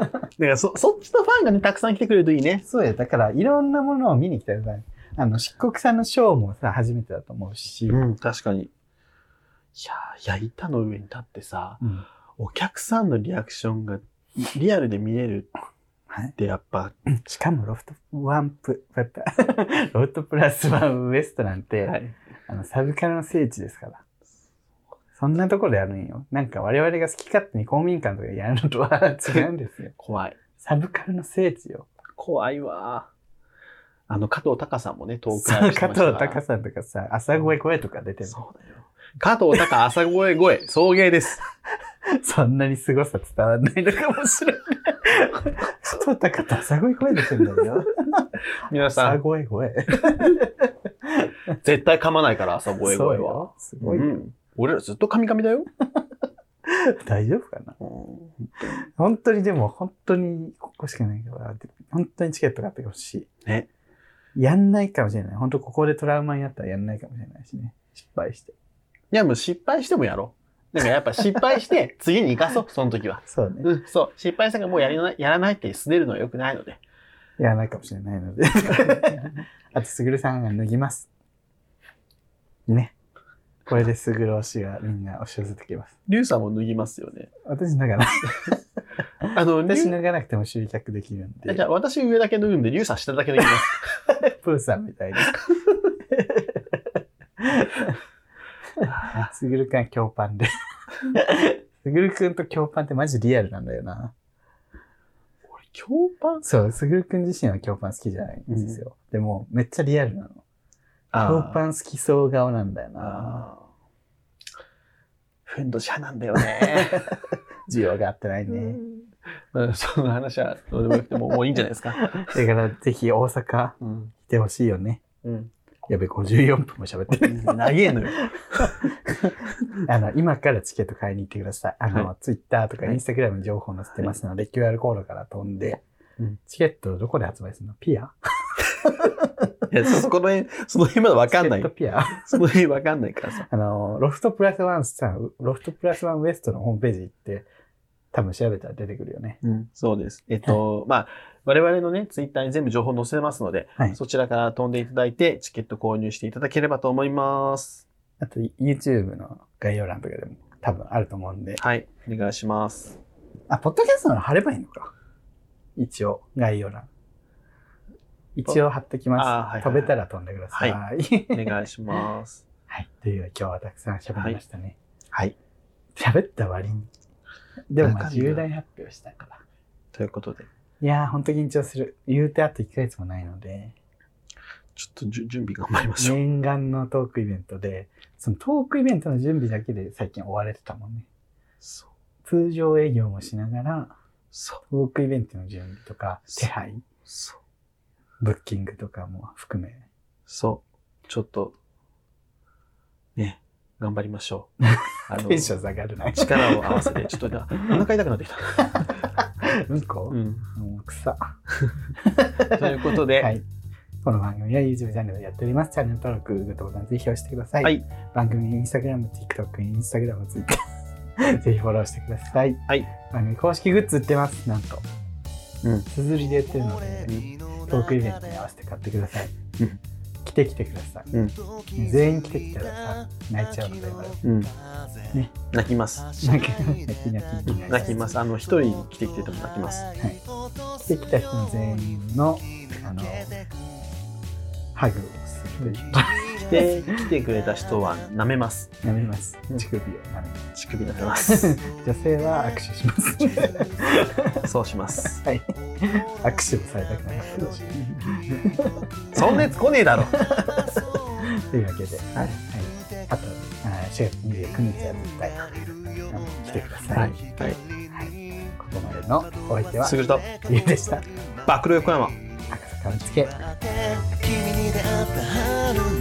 B: だからそ、そっちのファンがね、たくさん来てくれるといいね。
A: (laughs) そうや、だからいろんなものを見に来てください。あの、漆黒さんのショーもさ、初めてだと思うし、
B: うん、確かに。いやー、焼いたの上に立ってさ、
A: うん
B: お客さんのリアクションがリアルで見れる
A: はい
B: っ、てやっぱ、
A: しかもロフトワンプ、ププ (laughs) ロフトプラスワンウエストなんて、
B: はい
A: あのサブカルの聖地ですから。そんなところでやるんよ。なんか我々が好き勝手に公民館とかでやるのとは違うんですよ。
B: 怖い。
A: (laughs) サブカルの聖地よ。
B: 怖いわー。あの、加藤隆さんもね、
A: そ
B: 遠
A: う
B: くから
A: 加
B: 来て
A: 藤
B: ましたから
A: 隆さんとかさ、朝声声とか出てる。
B: そうだよ。加藤隆、朝声声、送迎です。
A: そんなに凄さ伝わらないのかもしれない。 (laughs) 加藤隆と朝声声出てるんだよ。
B: 皆さ
A: (laughs) 朝
B: ん、
A: 声声。
B: 絶対噛まないから、朝声
A: そう
B: 声は。
A: よ。すご
B: う
A: いよ。
B: ん。俺らずっと噛み噛みだよ。
A: 大丈夫かな本当にでも、本当にここしかないから、本当にチケット買ってほしい。
B: ね。
A: やんないかもしれない。本当ここでトラウマになったらやんないかもしれないしね。失敗して。
B: いや、もう失敗してもやろう。なんかやっぱ失敗 (laughs) して、次に生かそう、その時は。
A: そうね。
B: うん、そう。失敗したからもうやりなやらないってすねるのは良くないので。
A: やらないかもしれない
B: (laughs)
A: ので。あと、すぐるさんが脱ぎます。ね。これですぐる推しがみんな押し寄せてきます。
B: リュウさんも脱ぎますよね。
A: 私脱がない。
B: あの、リ
A: 私
B: ュウ
A: 脱がなくても集客できるんで。
B: じゃあ私上だけ脱ぐんで、リュウさん下だけ脱ぎ (laughs) ます。
A: プーさんみたいに。
B: (laughs)
A: すぐるくんは共パンで。すぐるくんと共パンってマジリアルなんだよな。
B: 俺、共感
A: そう、すぐるくん自身は共パン好きじゃないんですよ。でも、めっちゃリアルなの。共
B: ン
A: パン好きそう顔なんだよな。
B: あーふんどし派なんだよ (laughs) ね。
A: 需要が合ってないね。
B: (laughs) うんその話はどうでもよくてもうもういいんじゃないですか。
A: だから、ぜひ大阪
B: うん。
A: 来てほしいよね。
B: うん。
A: やべ、54分も喋って
B: (laughs)
A: る。
B: 長えのよ。
A: あの、今からチケット買いに行ってください。あの、
B: は
A: ツイッターとか
B: はい
A: インスタグラムに情報載せてますので、QR コードから飛んで、
B: うん
A: チケットどこで発売するのピア
B: いや、そこの辺、その辺まだわかんな
A: チケット
B: い。
A: ピア (laughs)
B: その辺わかんないからさ。
A: あの、ロフトプラスワンさん、ロフトプラスワンウエストのホームページ行って、多分調べたら出てくるよね。
B: そうです。えっと、まあ、我々のね、ツイッターに全部情報載せますので、
A: はい
B: そちらから飛んでいただいて、チケット購入していただければと思います。
A: あと、YouTube の概要欄とかでも多分あると思うんで。
B: はい、お願いします。
A: (laughs) あ、ポッドキャストなら貼ればいいのか。一応、概要欄。一応貼ってきます。
B: あーはいはい
A: 飛べたら飛んでください。
B: はお
A: はい。
B: 願いします。
A: という (laughs) 今日はたくさん喋りましたね。
B: はい。
A: 喋った割に。でもま
B: な
A: あ
B: んかね
A: 重大発表したから。
B: ということで、
A: いやー、ほんと緊張する。言うてあと1ヶ月もないので、
B: ちょっとじゅ準備頑張りましょう。
A: 念願のトークイベントで、そのトークイベントの準備だけで最近追われてたもんね。
B: そう。
A: 通常営業もしながら、
B: そう。
A: トークイベントの準備とか、
B: そう
A: 手配、
B: そう。
A: ブッキングとかも含め、
B: そう。ちょっと、ね、頑張りましょ
A: (laughs)
B: う。あの
A: テンション下がるな。
B: 力を合わせて、ちょっとね、お腹痛くなってきた。
A: (laughs) うんこ、
B: ん。
A: もう草。
B: ということで、
A: はい。この番組は YouTube チャンネルでやっております。チャンネル登録、グッドボタンぜひ押してください。
B: はい
A: 番組、インスタグラム、TikTok、インスタグラム、Twitter、ぜひ
B: (laughs)
A: フォローしてください。
B: はい
A: 番組公式グッズ売ってます、なんと。
B: うん
A: すずりで売ってるので、トークイベントに合わせて買ってください。
B: うん
A: 来て来てください。
B: うん
A: 全員来てきたらさ、泣いちゃうので、まだ
B: うん。泣きます。
A: なんか、泣き泣き泣き
B: 泣きます。あの、一人来てきてても泣きます。
A: 来てきた人全員の、あの、ハグをするという。
B: で、来てくれた人は舐めます。
A: 舐めます
B: う。ん
A: 乳首を舐めま
B: 乳首舐めます。
A: す。 (laughs) 女性は握手します。
B: そうします。
A: はい。握手もされたくなかったし。
B: そんなやつ来ねえだろ。
A: というわけで、はい。あと、あー4月29日は絶対、あの来てください。
B: はい。
A: ここまでのお相手は
B: す、ぐると、
A: ゆうでした。
B: 暴露横山。
A: 赤坂見つけ。
C: 君に出会った春の